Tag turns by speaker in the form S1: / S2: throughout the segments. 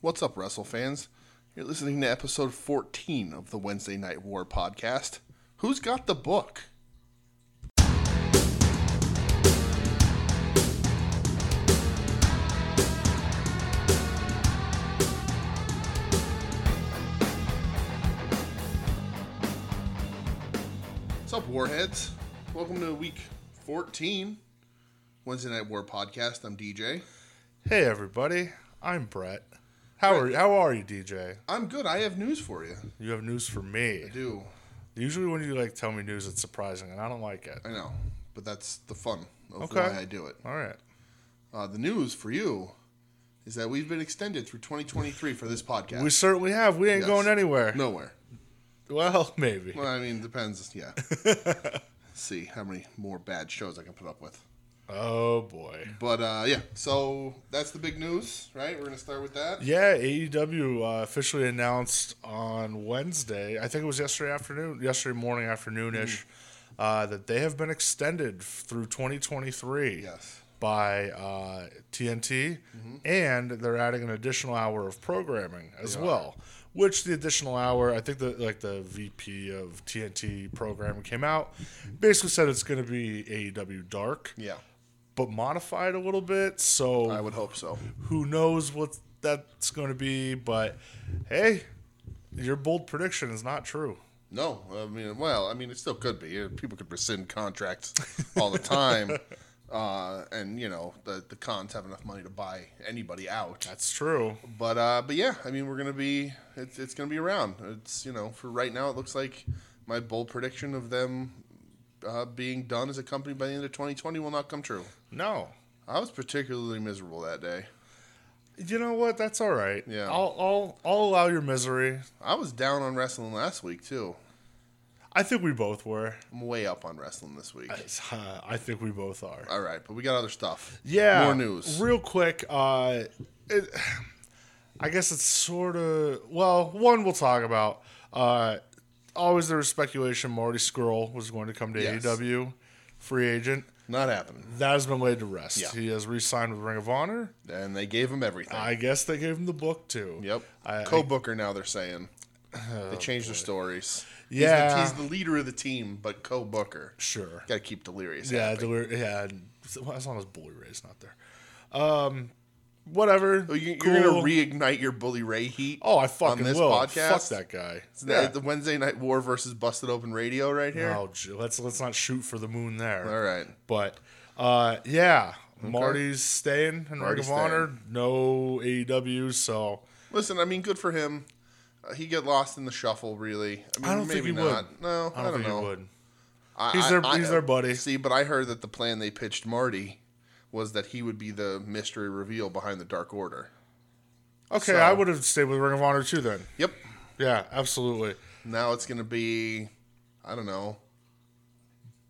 S1: What's up, wrestle fans? You're listening to episode 14 of the Wednesday Night War podcast. Who's got the book? What's up, Warheads? Welcome to week 14, Wednesday Night War podcast. I'm DJ.
S2: Hey everybody, I'm Brett. How are how are you, DJ?
S1: I'm good. I have news for you.
S2: You have news for me.
S1: I do.
S2: Usually when you like tell me news, it's surprising, and I don't like it.
S1: I know, but that's the fun of
S2: Okay.
S1: why I do it.
S2: All right.
S1: Uh, the news for you is that we've been extended through 2023 for this podcast.
S2: We certainly have. We ain't
S1: Yes.
S2: going anywhere.
S1: Nowhere.
S2: Well, maybe.
S1: Well, I mean, depends. Yeah. See how many more bad shows I can put up with.
S2: Oh boy.
S1: But uh, yeah, so that's the big news, right? We're gonna start with that.
S2: Yeah, AEW uh, officially announced on Wednesday. I think it was yesterday afternoon, yesterday morning, afternoonish,
S1: Mm-hmm.
S2: uh, that they have been extended f- through 2023.
S1: Yes. Mm-hmm.
S2: By uh, TNT, and they're adding an additional hour of programming as well. Which the additional hour, I think the like the VP of TNT program came out, basically said it's going to be AEW Dark,
S1: Mm-hmm. Yeah.
S2: but modified a little bit. So
S1: I would hope so.
S2: who knows what that's going to be, but hey, your bold prediction is not true.
S1: No, I mean, well, I mean, it still could be. Uh, People could rescind contracts all the time, uh, and you know, the the cons have enough money to buy anybody out.
S2: That's true.
S1: But uh, but yeah, I mean, we're gonna be it's it's gonna be around. It's you know, for right now, it looks like my bold prediction of them uh, being done as a company by the end of 2020 will not come true.
S2: No.
S1: I was particularly miserable that day.
S2: You know what? That's all right.
S1: Yeah.
S2: I'll I'll I'll allow your misery.
S1: I was down on wrestling last week too.
S2: I think we both were.
S1: I'm way up on wrestling this week.
S2: Uh, I think we both are.
S1: All right, but we got other stuff.
S2: Yeah.
S1: more news.
S2: Real quick, uh it, I guess it's sort of well, one we'll talk about. Uh always there was speculation Marty Skrull was going to come to
S1: Yes.
S2: AEW free agent.
S1: Not happening.
S2: That has been laid to rest.
S1: Yeah.
S2: He has re-signed with Ring of Honor.
S1: And they gave him everything.
S2: I guess they gave him the book too.
S1: yep.
S2: I- Oh,
S1: co-booker now they're saying. They changed their stories. He's the-
S2: Yeah.
S1: he's the, leader of the team, but co-booker.
S2: Sure.
S1: Got to keep delirious.
S2: Yeah,
S1: happy.
S2: Delir- yeah. and- well, as long as Bully Ray's not there. Um, whatever.
S1: So Oh, you, You're gonna reignite your Bully Ray heat.
S2: oh, I
S1: on
S2: fucking
S1: this
S2: will.
S1: podcast?
S2: Fuck that guy.
S1: It's the- the Wednesday Night War versus Busted Open Radio right here.
S2: Oh, gee, let's let's not shoot for the moon there.
S1: All right.
S2: But uh, yeah, Marty's staying in
S1: Marty's
S2: Ring of Honor. No AEW, so
S1: Listen, I mean, good for him. Uh, he get lost in the shuffle, really. I mean,
S2: I don't think
S1: maybe
S2: he would.
S1: not. No, I don't,
S2: think
S1: know.
S2: he would.
S1: I-
S2: He's
S1: I-
S2: their-
S1: I-
S2: he's their buddy.
S1: See, but I heard that the plan they pitched Marty was that he would be the mystery reveal behind the Dark Order.
S2: Okay,
S1: So-
S2: I would have stayed with Ring of Honor too then.
S1: Yep.
S2: Yeah, absolutely.
S1: Now it's gonna be, I don't know,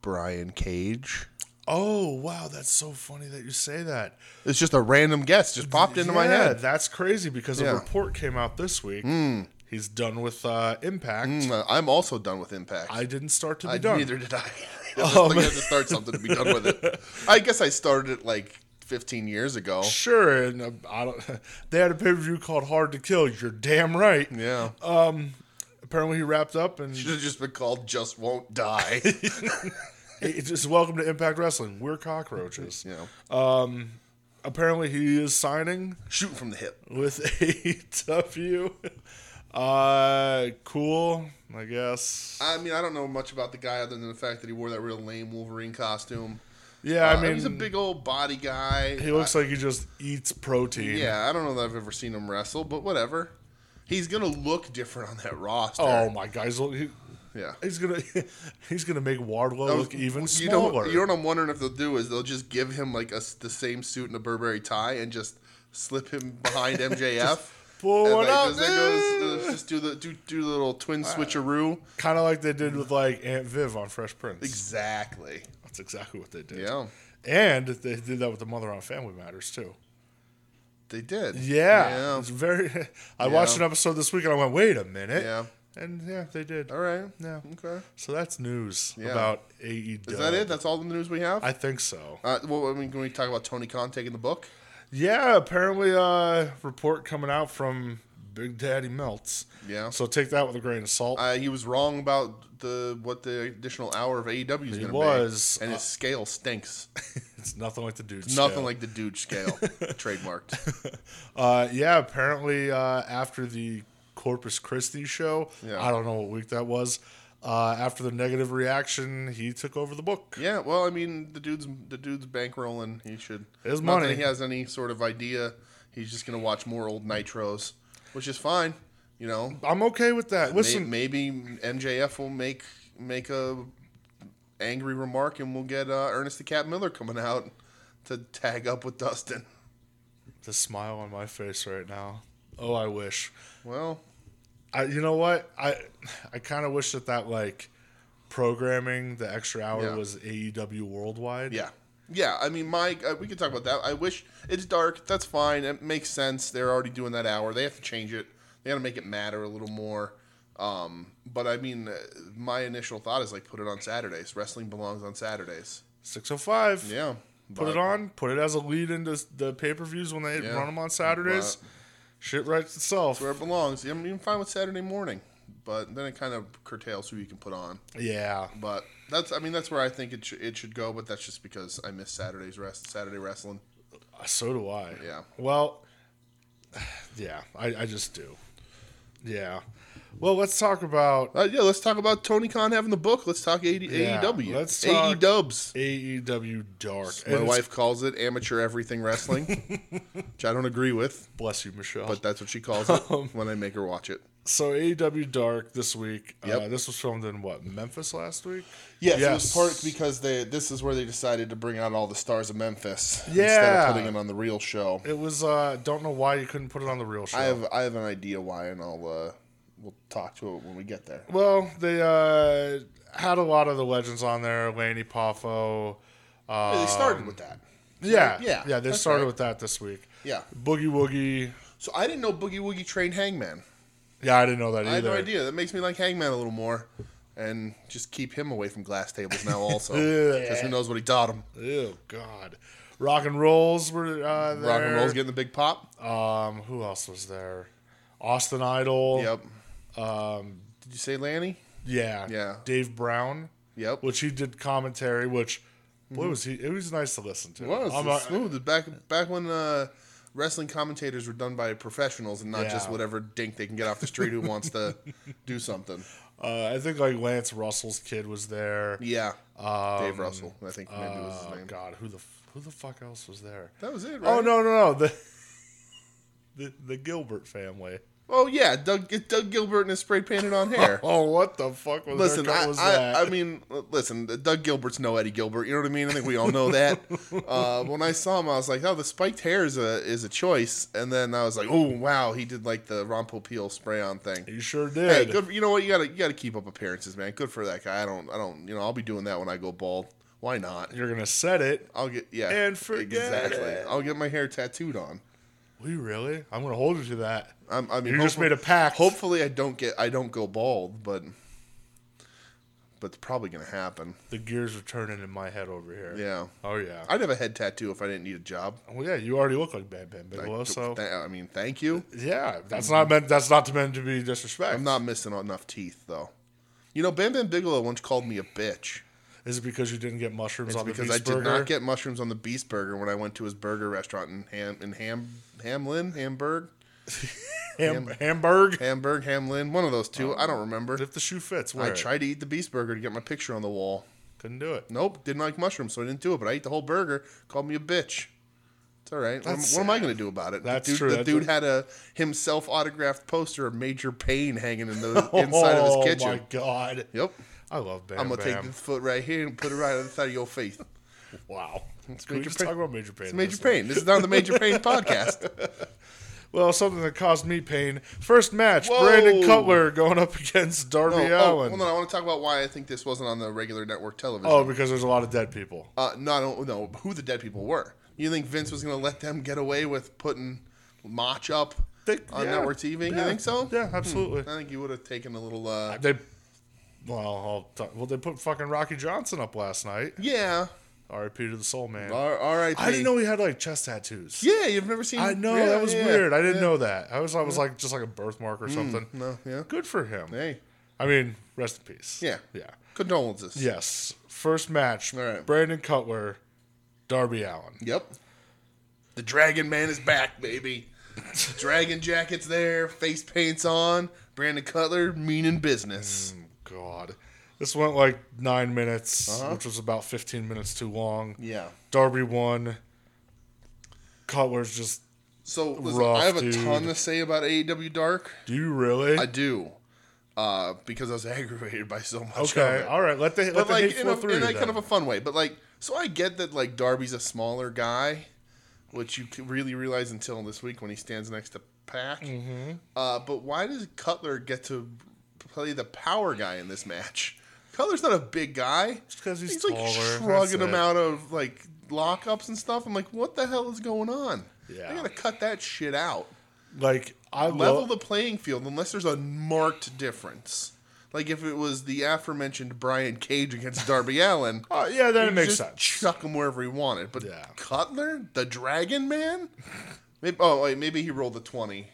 S1: Brian Cage.
S2: Oh wow, that's so funny that you say that.
S1: It's just a random guess just popped into my
S2: Yeah,
S1: head.
S2: That's crazy because
S1: Yeah. Hmm.
S2: a report came out this week. He's done with uh, Impact.
S1: Mm, I'm also done with Impact.
S2: I didn't start to be
S1: I-
S2: done.
S1: Neither did I. I just
S2: Oh,
S1: think I had to start something to be done with it. I guess I started it like 15 years ago.
S2: Sure, and uh, I don't. They had a pay per view called Hard to Kill. You're damn right.
S1: Yeah.
S2: Apparently, he wrapped up and
S1: Should have just been called Just Won't Die.
S2: it's just welcome to Impact Wrestling. We're cockroaches.
S1: you know,
S2: Apparently, he is signing
S1: shoot from the hip.
S2: with AEW. Uh, cool. I guess.
S1: I mean, I don't know much about the guy other than the fact that he wore that real lame Wolverine costume.
S2: Yeah,
S1: Uh,
S2: I mean,
S1: he's a big old body guy.
S2: he looks like he just eats protein.
S1: yeah, I don't know that I've ever seen him wrestle, but whatever. He's gonna look different on that roster.
S2: Oh my God, he's, he,
S1: yeah.
S2: he's gonna he's gonna make Wardlow look even
S1: You know,
S2: smaller.
S1: what- you know what I'm wondering if they'll do is they'll just give him like a s the same suit and a Burberry tie and just slip him behind MJF.
S2: pull
S1: and
S2: one up,
S1: just, goes, uh, just do the do, do the little twin switcheroo.
S2: kind of like they did with like Aunt Viv on Fresh Prince.
S1: Exactly.
S2: That's exactly what they did.
S1: Yeah,
S2: and they did that with the mother on Family Matters too.
S1: they did.
S2: Yeah, it's very. I watched an episode this week and I went, "Wait a minute!"
S1: Yeah.
S2: and yeah, they did.
S1: All right.
S2: Yeah.
S1: Okay.
S2: So that's news
S1: Yeah.
S2: about AEW.
S1: Is that it? That's all the news we have.
S2: I think so.
S1: uh, well, I mean, can we talk about Tony Khan taking the book?
S2: Yeah, apparently, uh, report coming out from Big Daddy Melts.
S1: Yeah.
S2: So take that with a grain of salt.
S1: Uh, he was wrong about the what the additional hour of AEW is going to be.
S2: was,
S1: and
S2: uh,
S1: his scale stinks.
S2: it's nothing like the dude.
S1: Nothing
S2: scale.
S1: like the dude scale trademarked.
S2: Uh, yeah, apparently uh, after the Corpus Christi show,
S1: Yeah.
S2: I don't know what week that was. Uh, after the negative reaction, he took over the book.
S1: Yeah, well, I mean, the dude's the dude's bankrolling. He should.
S2: His
S1: not that
S2: money.
S1: he has any sort of idea. He's just going to watch more old nitros, which is fine. You know,
S2: I'm okay with that.
S1: May-
S2: Listen,
S1: maybe MJF will make make a angry remark, and we'll get uh, Ernest the Cat Miller coming out to tag up with Dustin.
S2: the smile on my face right now. Oh, I wish.
S1: Well,
S2: I, you know what? I, I kind of wish that that like programming, the extra hour
S1: Yeah.
S2: was AEW worldwide.
S1: yeah, yeah. I mean, Mike, uh, we can talk about that. I wish it's dark. That's fine. It makes sense. They're already doing that hour. They have to change it. They got to make it matter a little more. Um, but I mean, uh, my initial thought is like put it on Saturdays. Wrestling belongs on Saturdays.
S2: 605.
S1: Yeah,
S2: Put
S1: but-
S2: it on. Put it as a lead into s- the pay per views when they run 'em
S1: Yeah.
S2: run them on Saturdays. Shit writes itself.
S1: where it belongs. I'm even fine with Saturday morning, but then it kind of curtails who you can put on.
S2: Yeah.
S1: But that's I mean that's where I think it should it should go. But that's just because I miss Saturday's rest Saturday wrestling.
S2: Uh, So do I.
S1: Yeah.
S2: Well, yeah, I, I just do. Yeah. Well, let's talk about
S1: Uh, yeah, let's talk about Tony Khan having the book. Let's talk AD,
S2: Yeah,
S1: AEW.
S2: let's
S1: AE
S2: talk-
S1: dubs.
S2: AEW E Dark. And
S1: E My
S2: it's-
S1: wife calls it amateur everything wrestling, which I don't agree with,
S2: bless you, Michelle.
S1: but that's what she calls it
S2: Um,
S1: when I make her watch it.
S2: so AEW Dark this week. Uh,
S1: Yep.
S2: this was filmed in what Memphis last week.
S1: Yes, it was part because they this is where they decided to bring out all the stars of Memphis instead
S2: Yeah.
S1: of putting it on the real show.
S2: It was. Uh, don't know why you couldn't put it on the real show.
S1: I have I have an idea why, and I'll uh, we'll talk to it when we get there.
S2: well, they uh, had a lot of the legends on there. Laney Poffo. Uh,
S1: they started with that.
S2: yeah,
S1: yeah,
S2: yeah. They
S1: that's
S2: started
S1: right.
S2: with that this week.
S1: Yeah.
S2: Boogie Woogie.
S1: So I didn't know Boogie Woogie trained Hangman.
S2: Yeah, I didn't know that either.
S1: I had no idea. That makes me like Hangman a little more, and just keep him away from glass tables now. Also, because who knows what he taught him?
S2: Oh God, rock and rolls were uh, there.
S1: Rock and roll's getting the big pop.
S2: Um, who else was there? Austin Idol.
S1: Yep. Um,
S2: um,
S1: did you say Lanny?
S2: Yeah.
S1: Yeah.
S2: Dave Brown,
S1: Yep.
S2: which he did commentary, which what was he? It was nice to listen to.
S1: It Mm-hmm. was
S2: I'm
S1: it was
S2: not-
S1: smooth. Back back when uh, wrestling commentators were done by professionals and not just
S2: Yeah.
S1: whatever dink they can get off the street who wants to do something.
S2: uh, I think like Lance Russell's kid was there.
S1: Yeah. Dave Russell, I think maybe was
S2: Um, Oh
S1: his name.
S2: God, who the f- who the fuck else was there?
S1: That was it, right?
S2: Oh no no no the the, the Gilbert family.
S1: Oh yeah, Doug get Doug Gilbert and his spray painted on hair.
S2: Oh what the fuck was,
S1: listen,
S2: there,
S1: I,
S2: was that?
S1: I, I mean, listen, Doug Gilbert's no Eddie Gilbert. You know what I mean? I think we all know that. uh, when I saw him, I was like, oh, the spiked hair is a is a choice. And then I was like, oh wow, he did like the Ron Popeil spray on thing.
S2: you sure
S1: Hey,
S2: did.
S1: good. For, you know what? You gotta you gotta keep up appearances, man. Good for that guy. I don't I don't you know I'll be doing that when I go bald. Why not?
S2: You're gonna set it.
S1: I'll get yeah
S2: And forget
S1: exactly.
S2: it.
S1: I'll get my hair tattooed on.
S2: We really? I'm gonna hold you to that.
S1: I'm, I mean,
S2: You just
S1: hopefully-
S2: made a pact.
S1: Hopefully, I don't get I don't go bald, but but it's probably gonna happen.
S2: The gears are turning in my head over here.
S1: Yeah,
S2: Oh yeah.
S1: I'd have a head tattoo if I didn't need a job.
S2: well, yeah. You already look like Bam Bam Bigelow,
S1: Like,
S2: so
S1: th- I mean, thank you.
S2: yeah. That's not meant. That's not meant to be disrespect.
S1: I'm not missing enough teeth though. You know, Bam Bam Bigelow once called me a bitch
S2: Is it because you didn't get mushrooms on the
S1: because
S2: Beast
S1: I did
S2: Burger?
S1: not get mushrooms on the Beast Burger when I went to his burger restaurant in Ham in Ham Hamlin Hamburg
S2: Ham- Hamburg.
S1: Hamburg Hamlin one of those two. I don't remember.
S2: If Um, the shoe fits, wear
S1: I
S2: it.
S1: tried to eat the Beast Burger to get my picture on the wall.
S2: Couldn't do it.
S1: Nope, didn't like mushrooms, so I didn't do it. But I ate the whole burger. Called me a bitch. It's all right. What am,
S2: That's
S1: what am I
S2: sad.
S1: going to do about it?
S2: That's
S1: the dude,
S2: true.
S1: The
S2: That's
S1: dude
S2: a-
S1: had a himself autographed poster of Major Pain hanging in the inside
S2: oh,
S1: of his kitchen.
S2: my god.
S1: Yep.
S2: I love Bam
S1: I'm gonna
S2: Bam.
S1: take this foot right here and put it right on the side of your face.
S2: wow. Can we
S1: Major
S2: just
S1: Pain.
S2: talk about Major Pain? in
S1: Major
S2: this
S1: Pain. This is not the Major Pain podcast.
S2: Well, something that caused me pain. First match:
S1: Whoa.
S2: Brandon Cutler going up against Darby
S1: Oh, oh,
S2: Allen.
S1: well, no, I want to talk about why I think this wasn't on the regular network television.
S2: oh, because there's a lot of dead people.
S1: Uh, no, I don't know who the dead people were. You think Vince was going to let them get away with putting Mach up
S2: Think-
S1: on
S2: yeah.
S1: network TV?
S2: Yeah.
S1: You think so? Hmm.
S2: Yeah, absolutely.
S1: I think you would have taken a little. Uh,
S2: They, well, I'll talk, well, they put fucking Rocky Johnson up last night.
S1: yeah,
S2: R.I.P. to the Soul Man.
S1: R- R.I.P.
S2: I didn't know he had like chest tattoos.
S1: Yeah, you've never seen.
S2: I know
S1: yeah,
S2: that was
S1: yeah,
S2: weird. I didn't
S1: yeah. Hmm,
S2: know that. I was I was like just like a birthmark or something.
S1: No, yeah.
S2: Good for him.
S1: Hey,
S2: I mean, rest in peace.
S1: yeah,
S2: Yeah.
S1: Condolences.
S2: Yes. First match.
S1: All right.
S2: Brandon Cutler, Darby Allen.
S1: Yep. The Dragon Man is back, baby. Dragon jacket's there, face paint's on. Brandon Cutler, mean in business.
S2: God. This went like nine minutes,
S1: Uh-huh.
S2: which was about 15 minutes too long.
S1: Yeah.
S2: Darby won. Cutler's just,
S1: So listen,
S2: Rough,
S1: I have a
S2: dude.
S1: ton to say about AEW Dark.
S2: do you really?
S1: I do, uh, because I was aggravated by so much. of
S2: okay.
S1: it.
S2: All right. Let the, let
S1: but
S2: the
S1: like
S2: hate
S1: in
S2: flow
S1: a,
S2: through.
S1: in a
S2: you
S1: kind
S2: then.
S1: of a fun way. But like, so I get that like Darby's a smaller guy, which you c- really realize until this week when he stands next to Pac.
S2: Mm-hmm.
S1: Uh, but why does Cutler get to play the power guy in this match? Cutler's not a big guy.
S2: 'cause he's
S1: like
S2: taller,
S1: shrugging
S2: that's
S1: him
S2: it.
S1: out of like lockups and stuff. I'm like, what the hell is going on?
S2: Yeah.
S1: I gotta cut that shit out.
S2: like, I
S1: Level
S2: love.
S1: the playing field unless there's a marked difference. Like if it was the aforementioned Brian Cage against Darby Allen,
S2: Uh, yeah, then it
S1: you
S2: makes
S1: just
S2: sense.
S1: Chuck him wherever he wanted. But
S2: Yeah.
S1: Cutler, the Dragon Man. Maybe, oh wait, maybe he rolled a twenty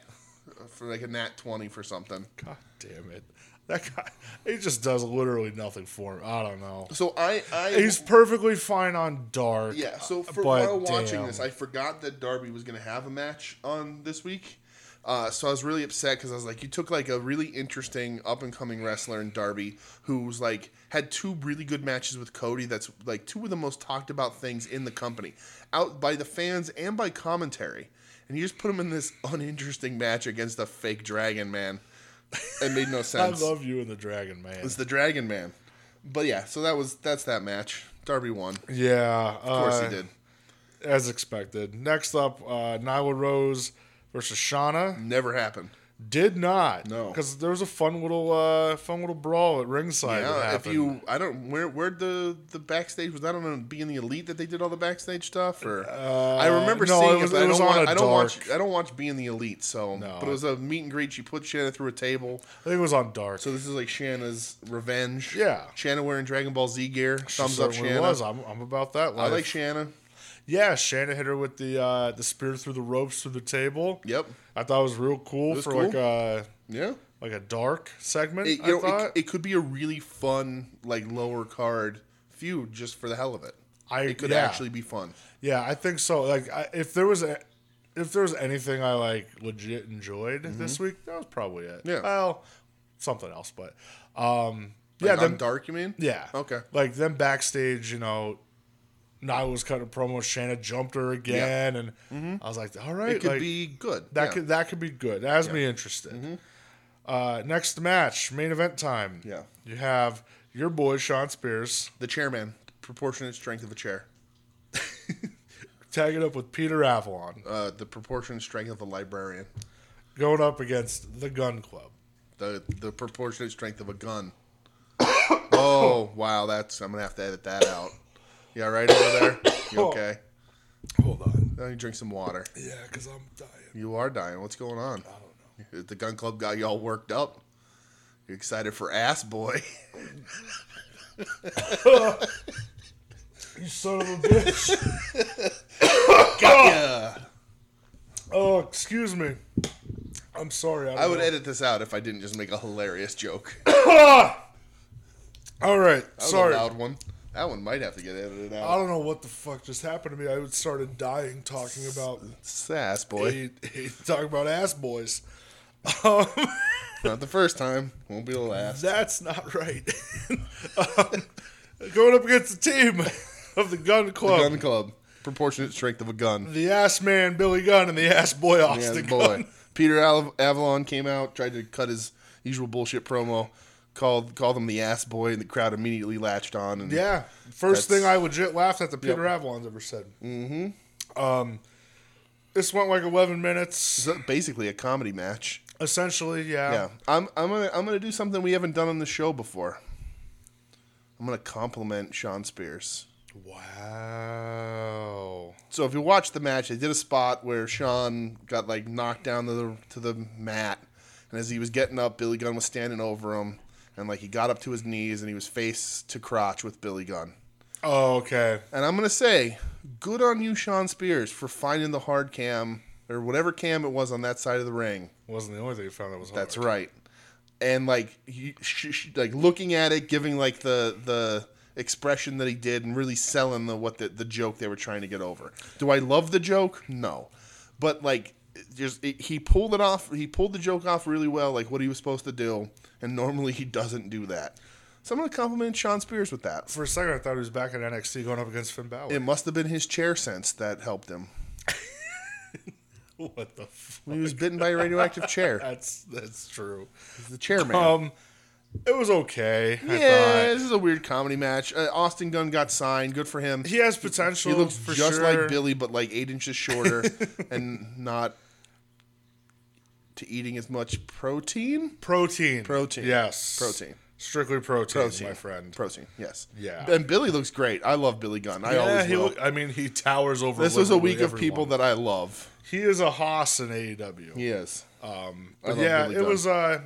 S1: for like a nat twenty for something.
S2: God damn it. That guy, he just does literally nothing for him. I don't know.
S1: So I, I
S2: He's perfectly fine on dark.
S1: yeah. So for
S2: Uh, but
S1: while watching
S2: damn.
S1: this, I forgot that Darby was gonna have a match on this week. Uh, so I was really upset because I was like, you took like a really interesting up and coming wrestler in Darby who's like had two really good matches with Cody. That's like two of the most talked about things in the company, out by the fans and by commentary. And you just put him in this uninteresting match against a fake dragon man. It made no
S2: I
S1: sense.
S2: love you and the Dragon Man.
S1: it's the dragon man. But yeah, so that was that's that match. Darby won. Of
S2: Yeah,
S1: course
S2: uh,
S1: he did.
S2: As expected. Next up, uh, Nyla Rose versus Shauna.
S1: Never happened.
S2: Did not.
S1: No.
S2: Because there was a fun little, uh, fun little brawl at ringside. that
S1: Yeah, if
S2: happened.
S1: you, I don't where where the the backstage was. I don't know, being the elite that they did all the backstage stuff, or I remember
S2: Uh, no,
S1: seeing
S2: it was-
S1: but
S2: it
S1: I
S2: was
S1: don't,
S2: on
S1: watch,
S2: a
S1: I don't watch
S2: dark-
S1: I don't watch being the elite, so
S2: No.
S1: but it was a meet and greet. She put Shanna through a table,
S2: I think it was on dark.
S1: so this is like Shanna's revenge.
S2: Yeah.
S1: Shanna wearing Dragon Ball Z gear.
S2: She
S1: Thumbs up,
S2: certainly
S1: Shanna.
S2: Was. I'm, I'm about
S1: I
S2: that. Life.
S1: like Shanna.
S2: yeah, Shanna hit her with the uh, the spear through the ropes through the table.
S1: Yep.
S2: I thought it was real cool
S1: was
S2: for
S1: cool.
S2: like a
S1: Yeah.
S2: like a dark segment.
S1: It, you
S2: I
S1: know,
S2: thought.
S1: it, it could be a really fun like lower card feud just for the hell of it.
S2: I-
S1: it could
S2: yeah.
S1: actually be fun.
S2: Yeah, I think so. Like, I, if there was a, if there was anything I like legit enjoyed this week, that was probably it.
S1: Mm-hmm. Yeah.
S2: Well, something else, but um,
S1: Like,
S2: yeah,
S1: on
S2: them,
S1: dark. You mean?
S2: yeah,
S1: Okay.
S2: Like them backstage, you know, Nyla was cutting a promo. Shanna jumped her again, and I was like, all right,
S1: Mm-hmm. It could
S2: like,
S1: be good.
S2: that
S1: yeah. Mm-hmm.
S2: could that could be good. That has me interested. Uh, next match, main event time.
S1: Yeah.
S2: you have your boy Sean Spears
S1: The chairman, proportionate strength of a chair,
S2: tagging up with Peter Avalon,
S1: uh, the proportionate strength of a librarian,
S2: going up against the Gun Club.
S1: the the proportionate strength of a gun. oh wow, that's I'm gonna have to edit that out. Yeah, right over there. You okay?
S2: Hold on.
S1: Now you drink some water.
S2: Yeah, because I'm dying.
S1: You are dying. What's going on? I don't know. The gun club got y'all worked up. You're excited for Ass Boy.
S2: You son of a bitch.
S1: yeah.
S2: oh, excuse me. I'm sorry.
S1: I would edit this out if I didn't just make a hilarious joke.
S2: All right.
S1: That was
S2: Sorry.
S1: a
S2: I
S1: loud one. That one might have to get edited out.
S2: don't know what the fuck just happened to me. I started dying talking about
S1: It's Ass Boy.
S2: hey, hey, talking about ass boys. Um,
S1: Not the first time. Won't be the last.
S2: That's not right. um, going up against the team of the Gun Club, the,
S1: gun club. Proportionate strength of a gun.
S2: ass man Billy Gunn, and the ass boy
S1: Yeah,
S2: Austin
S1: boy.
S2: Gunn.
S1: Peter Al- Avalon came out, tried to cut his usual bullshit promo, called called him the ass boy, and the crowd immediately latched on. And
S2: Yeah. First
S1: That's-
S2: thing I legit laughed at the Peter Avalon's ever said. Mm-hmm. Um, this went like 11 minutes,
S1: it's basically a comedy match.
S2: essentially. Yeah.
S1: Yeah, I'm I'm gonna I'm gonna do something we haven't done on the show before. I'm gonna compliment Sean Spears.
S2: Wow.
S1: So if you watch the match, they did a spot where Sean got like knocked down to the to the mat, and as he was getting up, Billy Gunn was standing over him, and like he got up to his knees and he was face to crotch with Billy Gunn.
S2: Oh, okay.
S1: And I'm gonna say, good on you, Sean Spears, for finding the hard cam or whatever cam it was on that side of the ring.
S2: Wasn't the only thing you found that was hard.
S1: That's right. And like, he, sh- sh- like looking at it, giving like the the expression that he did, and really selling the what the, the joke they were trying to get over. Do I love the joke? No, but like, it just it, he pulled it off. He pulled the joke off really well, like what he was supposed to do. And normally he doesn't do that. So I'm gonna compliment Sean Spears with that.
S2: For a second, I thought he was back in NXT going up against Finn Balor.
S1: It must have been his chair sense that helped him.
S2: what the? F-
S1: He was bitten by a radioactive chair.
S2: that's that's true.
S1: The chairman.
S2: Um, it was okay. I
S1: yeah,
S2: thought.
S1: this is a weird comedy match. Uh, Austin Gunn got signed. Good for him.
S2: he has potential.
S1: He looks
S2: for
S1: just
S2: sure.
S1: like Billy, but like eight inches shorter and not to eating as much protein.
S2: Protein.
S1: Protein.
S2: Yes.
S1: Protein.
S2: Strictly protein,
S1: Protein.
S2: my friend.
S1: Protein, yes.
S2: Yeah.
S1: And Billy looks great. I love Billy Gunn. I
S2: yeah,
S1: always
S2: he
S1: will.
S2: look- I mean, he towers over.
S1: this was a
S2: literally
S1: week of people
S2: everyone.
S1: that I love.
S2: he is a hoss in AEW.
S1: Yes.
S2: Um,
S1: I
S2: but
S1: love
S2: yeah,
S1: Billy
S2: it
S1: Gunn.
S2: was uh,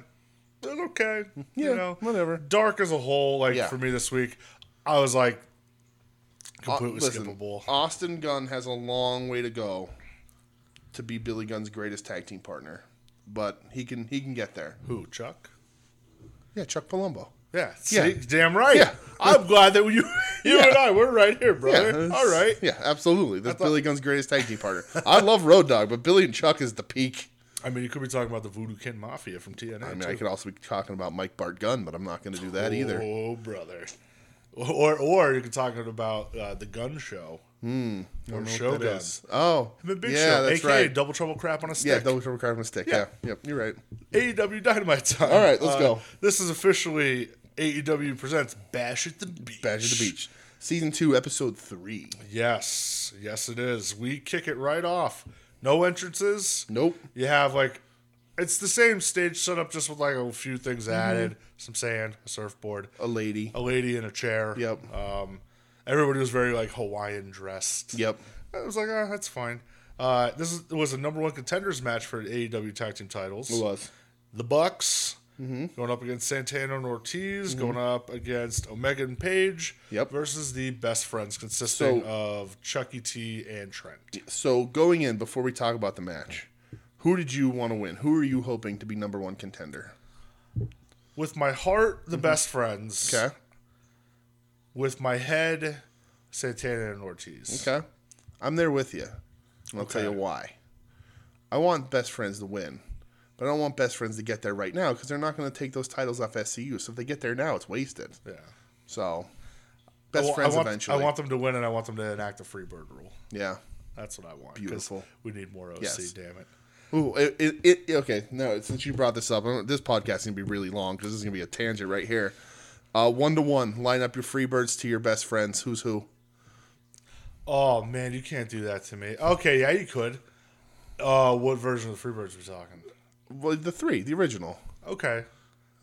S2: it was okay.
S1: Yeah,
S2: you know,
S1: whatever.
S2: Dark as a whole, like
S1: Yeah.
S2: for me this week, I was like
S1: Uh,
S2: completely
S1: listen,
S2: skippable.
S1: Austin Gunn has a long way to go to be Billy Gunn's greatest tag team partner, but he can he can get there.
S2: Who Chuck?
S1: Yeah, Chuck Palumbo.
S2: Yeah,
S1: Yeah.
S2: see, damn right.
S1: Yeah.
S2: I'm glad that you, you
S1: Yeah.
S2: and I, we're right here,
S1: Yeah,
S2: brother.
S1: that's-
S2: All right.
S1: Yeah, absolutely. That's Billy Gunn's greatest tag team partner. I love Road Dog, but Billy and Chuck is the peak.
S2: I mean, you could be talking about the Voodoo Kid Mafia from TNA.
S1: I mean,
S2: too.
S1: I could also be talking about Mike Bart Gunn, but I'm not going to do that either.
S2: Oh, brother. Or or you could talk about uh, the Gun Show.
S1: Hmm.
S2: or Show
S1: That
S2: Gun.
S1: is- Oh,
S2: The Big
S1: yeah,
S2: Show,
S1: that's
S2: aka
S1: right.
S2: Double Trouble Crap on a Stick.
S1: Yeah, double trouble card on a stick. Yeah. yep, you're right.
S2: AEW Dynamite time. Uh,
S1: All right, let's go.
S2: This is officially AEW presents Bash at the Beach.
S1: Badge of the Beach, season two, episode three.
S2: Yes, yes, it is. We kick it right off. No entrances.
S1: Nope.
S2: You have like, it's the same stage setup, just with like a few things
S1: Mm-hmm.
S2: added: some sand, a surfboard,
S1: A lady.
S2: a lady in a chair.
S1: Yep.
S2: Um, everybody was very like Hawaiian dressed.
S1: Yep.
S2: I was like, ah, that's fine. Uh, this is, was a number one contenders match for the AEW tag team titles.
S1: It was.
S2: the Bucks
S1: Mm-hmm.
S2: going up against Santana and Ortiz, going up against Omega and Page
S1: Yep.
S2: versus the Best Friends, consisting
S1: So-
S2: of Chucky T and Trent.
S1: So going in before we talk about the match, who did you want to win? Who are you hoping to be number one contender?
S2: With my heart, the Best Friends.
S1: Mm-hmm. Okay.
S2: With my head, Santana and Ortiz.
S1: Okay. I'm there with you. And I'll tell
S2: Okay.
S1: you why. I want best friends to win, but I don't want best friends to get there right now because they're not going to take those titles off SCU. So if they get there now, it's wasted.
S2: Yeah.
S1: So best
S2: Well,
S1: friends
S2: I want,
S1: eventually.
S2: I want them to win, and I want them to enact the Freebird rule.
S1: yeah.
S2: That's what I want. 'cause
S1: Beautiful.
S2: We need more OC.
S1: Yes.
S2: Damn it.
S1: Ooh, it, it, it okay. No, since you brought this up, I'm- this podcast is gonna be really long because this is gonna be a tangent right here. Uh, one to one, line up your freebirds to your best friends. Who's who?
S2: Oh man, you can't do that to me. Okay, yeah, you could. Uh, what version of the Freebirds are we talking?
S1: Well, the three, the original.
S2: Okay,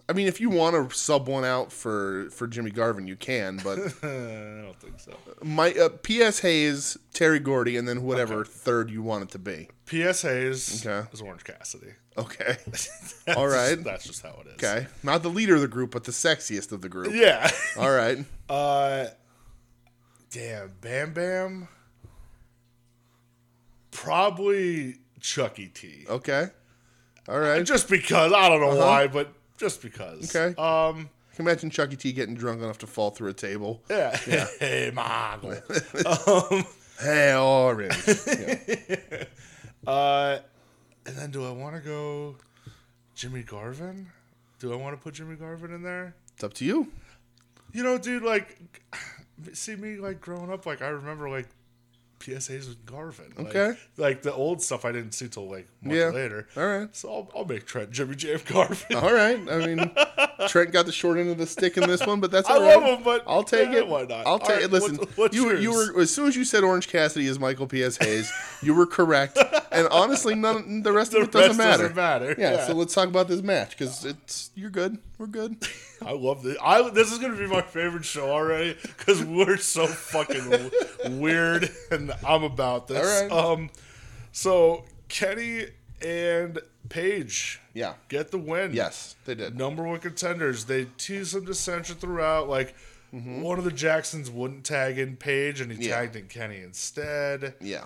S1: I mean, if you want to sub one out for for Jimmy Garvin, you can, but.
S2: I don't think so.
S1: My uh, P.S. Hayes, Terry Gordy, and then whatever third you want it to be.
S2: P.S. Hayes
S1: Okay.
S2: is Orange Cassidy.
S1: Okay.
S2: That's
S1: All right.
S2: just- that's just how it is.
S1: Okay. Not the leader of the group, but the sexiest of the group.
S2: Yeah.
S1: All right.
S2: Uh, damn, Bam Bam. Probably Chucky T.
S1: Okay. All right.
S2: Just because I don't know why, but just because.
S1: Okay.
S2: Um.
S1: Can you imagine Chucky T getting drunk enough to fall through a table.
S2: Yeah. hey, Margo.
S1: Hey, orange. Yeah.
S2: Uh, and then do I want to go Jimmy Garvin? Do I want to put Jimmy Garvin in there?
S1: It's up to you.
S2: You know, dude, like, see me like growing up, like I remember like PSAs with Garvin. Like-
S1: Okay.
S2: Like, the old stuff I didn't see till like much
S1: Yeah.
S2: later.
S1: All right. Uh,
S2: So I'll, I'll make Trent Jimmy Jam Garvin.
S1: All right. I mean, Trent got the short end of the stick in this one, but that's
S2: I
S1: all right.
S2: love him, but
S1: I'll take
S2: eh,
S1: it.
S2: why not?
S1: I'll
S2: All
S1: take
S2: right,
S1: it. Listen,
S2: what's- what's
S1: you, were- you
S2: yours?
S1: were as soon as you said Orange Cassidy is Michael P.S. Hayes, you were correct. And honestly, none the rest of it doesn't
S2: rest
S1: matter.
S2: doesn't matter.
S1: Yeah,
S2: Yeah.
S1: So let's talk about this match because it's you're good. We're good.
S2: I love this. I this is gonna be my favorite show already because we're so fucking w- weird, and I'm about this.
S1: All right.
S2: Um, so Kenny and Paige,
S1: Yeah.
S2: get the win.
S1: Yes, they did.
S2: number one contenders. They tease them dissension throughout. Like One of the Jacksons wouldn't tag in Paige, and he
S1: Mm-hmm. Yeah.
S2: tagged in Kenny instead.
S1: Yeah.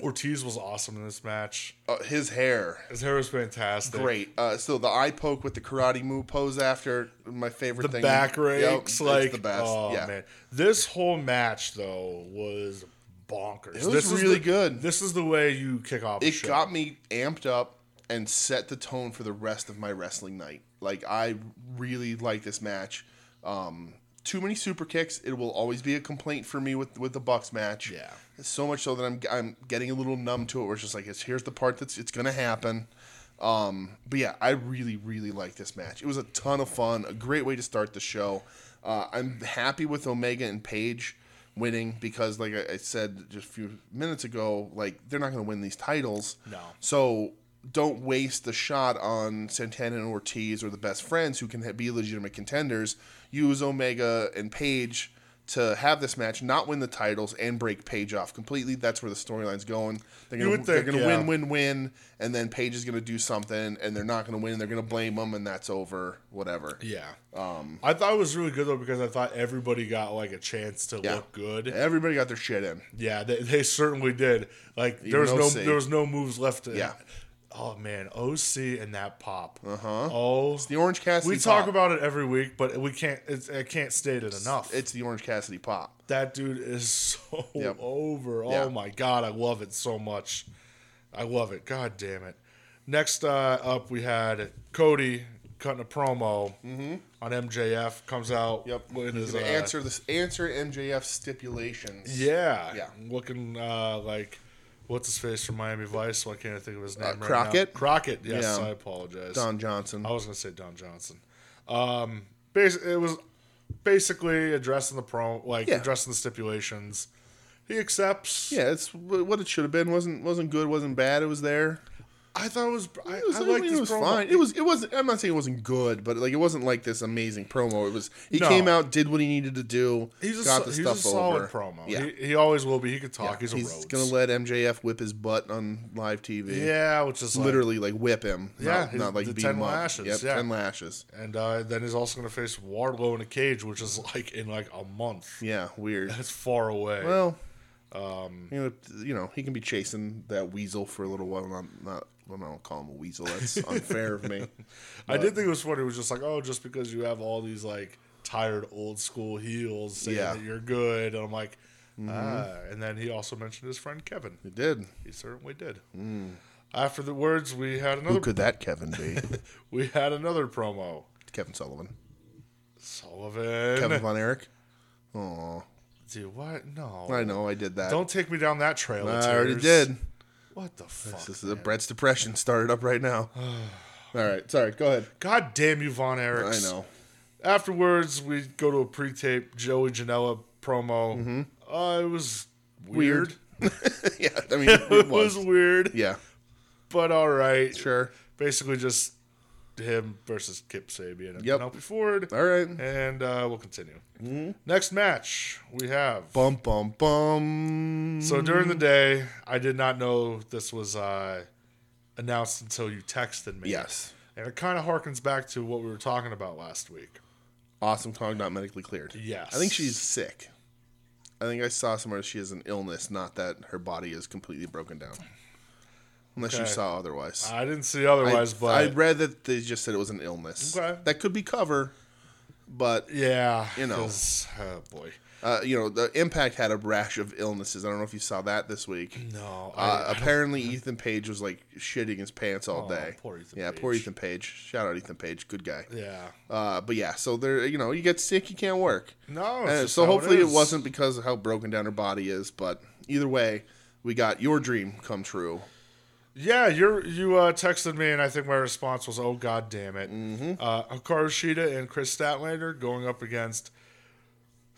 S2: Ortiz was awesome in this match.
S1: Uh, his hair.
S2: His hair was fantastic.
S1: Great. Uh, so the eye poke with the karate move pose after my favorite
S2: The
S1: thing.
S2: back
S1: Yep,
S2: rakes,
S1: it's
S2: like
S1: the best.
S2: Oh
S1: yeah.
S2: man, this whole match though was bonkers.
S1: was
S2: this is
S1: really
S2: the-
S1: good.
S2: This is the way you kick off. a
S1: It
S2: show.
S1: got me amped up and set the tone for the rest of my wrestling night. Like I really like this match. Um, too many super kicks. It will always be a complaint for me with with the Bucks match.
S2: Yeah.
S1: So much so that I'm I'm getting a little numb to it. Where it's just like it's here's the part that's it's gonna happen. Um, but yeah, I really really like this match. It was a ton of fun. A great way to start the show. Uh, I'm happy with Omega and Page winning because, like I, I said just a few minutes ago, like they're not gonna win these titles.
S2: No.
S1: So don't waste the shot on Santana and Ortiz or the best friends who can ha- be legitimate contenders. Use Omega and Page to have this match, not win the titles, and break Page off completely. That's where the storyline's going. They're gonna,
S2: would
S1: they're
S2: think,
S1: gonna
S2: yeah.
S1: win, win, win, and then Page is gonna do something, and they're not gonna win. They're gonna blame them, and that's over. Whatever.
S2: Yeah. Um, I thought it was really good though because I thought everybody got like a chance to
S1: Yeah.
S2: look good.
S1: Everybody got their shit in.
S2: Yeah, they, they certainly did. Like there was
S1: Even
S2: no
S1: OC.
S2: there was no moves left. To,
S1: Yeah.
S2: Oh man, OC and that pop. Uh huh. Oh,
S1: The Orange Cassidy.
S2: we talk
S1: pop.
S2: about it every week, but we can't. It's, I can't state it enough.
S1: it's the Orange Cassidy pop.
S2: that dude is so
S1: Yep.
S2: over.
S1: Yeah.
S2: Oh my god, I love it so much. I love it. God damn it. Next uh, up, we had Cody cutting a promo on MJF. Comes out.
S1: Mm-hmm. He's
S2: In his,
S1: gonna
S2: uh,
S1: answer this. Answer MJF stipulations.
S2: Yeah.
S1: Yeah.
S2: Looking uh, like what's his face from Miami Vice? Why can't I think of his name? right now?
S1: Uh, Crockett?
S2: Crockett. Yes,
S1: Yeah.
S2: I apologize.
S1: Don Johnson.
S2: I was gonna say Don Johnson. Um, basi- it was basically addressing the pro, like
S1: Yeah.
S2: addressing the stipulations. He accepts.
S1: Yeah, it's wh- what it should have been. wasn't wasn't good. wasn't bad. It was there.
S2: I thought it was. I,
S1: It was,
S2: I
S1: I
S2: liked
S1: mean,
S2: his
S1: it was
S2: promo.
S1: fine. It was. It wasn't. I'm not saying it wasn't good, but like it wasn't like this amazing promo. It was. He
S2: No.
S1: came out, did what he needed to do.
S2: He's a,
S1: got
S2: so-
S1: the
S2: he's
S1: stuff
S2: a solid
S1: over.
S2: promo.
S1: Yeah.
S2: He, he always will be. He could talk. He's a
S1: He's
S2: Rhodes.
S1: gonna let MJF whip his butt on live TV.
S2: yeah, which is like-
S1: Literally, like whip him.
S2: Yeah,
S1: not,
S2: his-
S1: not like
S2: the
S1: beat
S2: 10
S1: him up.
S2: lashes,
S1: Yep,
S2: yeah.
S1: ten lashes.
S2: and uh, then he's also gonna face Wardlow in a cage, which is like in like a month.
S1: Yeah, weird.
S2: That's Um, far away.
S1: Well, you know, you know, he can be chasing that weasel for a little while. Not, not. Well, I don't call him a weasel. That's unfair of me.
S2: I did think it was funny. It was just like, oh, just because you have all these like tired old school heels saying
S1: Yeah. Mm-hmm.
S2: that you're good, and I'm like, ah. And then he also mentioned his friend Kevin.
S1: He did.
S2: He certainly did.
S1: Mm.
S2: After the words, we had another.
S1: Who could that Kevin be?
S2: We had another promo.
S1: Kevin Sullivan.
S2: Sullivan.
S1: Kevin Von Erich. Oh,
S2: Dude, what? No.
S1: I know I did that.
S2: Don't take me down that trail. of
S1: I already
S2: tears. Oh,
S1: did.
S2: What the fuck?
S1: This is the Brett's depression started up right now. All right, sorry. Go ahead.
S2: God damn you, Von Erichs.
S1: I know.
S2: Afterwards, we go to a pre-tape Joey Janela promo.
S1: Mm-hmm.
S2: Uh, it was weird.
S1: yeah, I mean, it
S2: It was
S1: was.
S2: weird,
S1: Yeah,
S2: but all right.
S1: sure.
S2: basically just him versus Kip Sabian and
S1: Yep.
S2: Penelope Ford.
S1: All right. Mm-hmm.
S2: And uh, we'll continue. Next match we have.
S1: Bum bum bum.
S2: So during the day, I did not know this was uh, announced until you texted me.
S1: Yes.
S2: And it kind of harkens back to what we were talking about last week.
S1: Awesome Kong not medically cleared.
S2: Yes.
S1: I think she's sick. I think I saw somewhere she has an illness, not that her body is completely broken down. Unless you
S2: Okay.
S1: saw otherwise.
S2: I didn't see otherwise,
S1: I,
S2: but
S1: I read that they just said it was an illness.
S2: Okay.
S1: That could be cover, but
S2: yeah,
S1: You know.
S2: 'cause- oh boy,
S1: uh, you know the Impact had a rash of illnesses. I don't know if you saw that this week.
S2: no, I,
S1: Uh, apparently, Ethan Page was like shitting his pants all day.
S2: poor Ethan
S1: yeah, poor
S2: Page.
S1: Ethan Page. Shout out Ethan Page, good guy.
S2: yeah,
S1: Uh, but yeah, so there, you know, you get sick, you can't work.
S2: no. it's
S1: Uh,
S2: just
S1: so
S2: how
S1: hopefully it,
S2: is.
S1: wasn't because of how broken down her body is. But either way, we got your dream come true.
S2: Yeah, you're, you uh, texted me, and I think my response was, "Oh God damn it!"
S1: Mm-hmm.
S2: Uh, Hikaru Shida and Chris Statlander going up against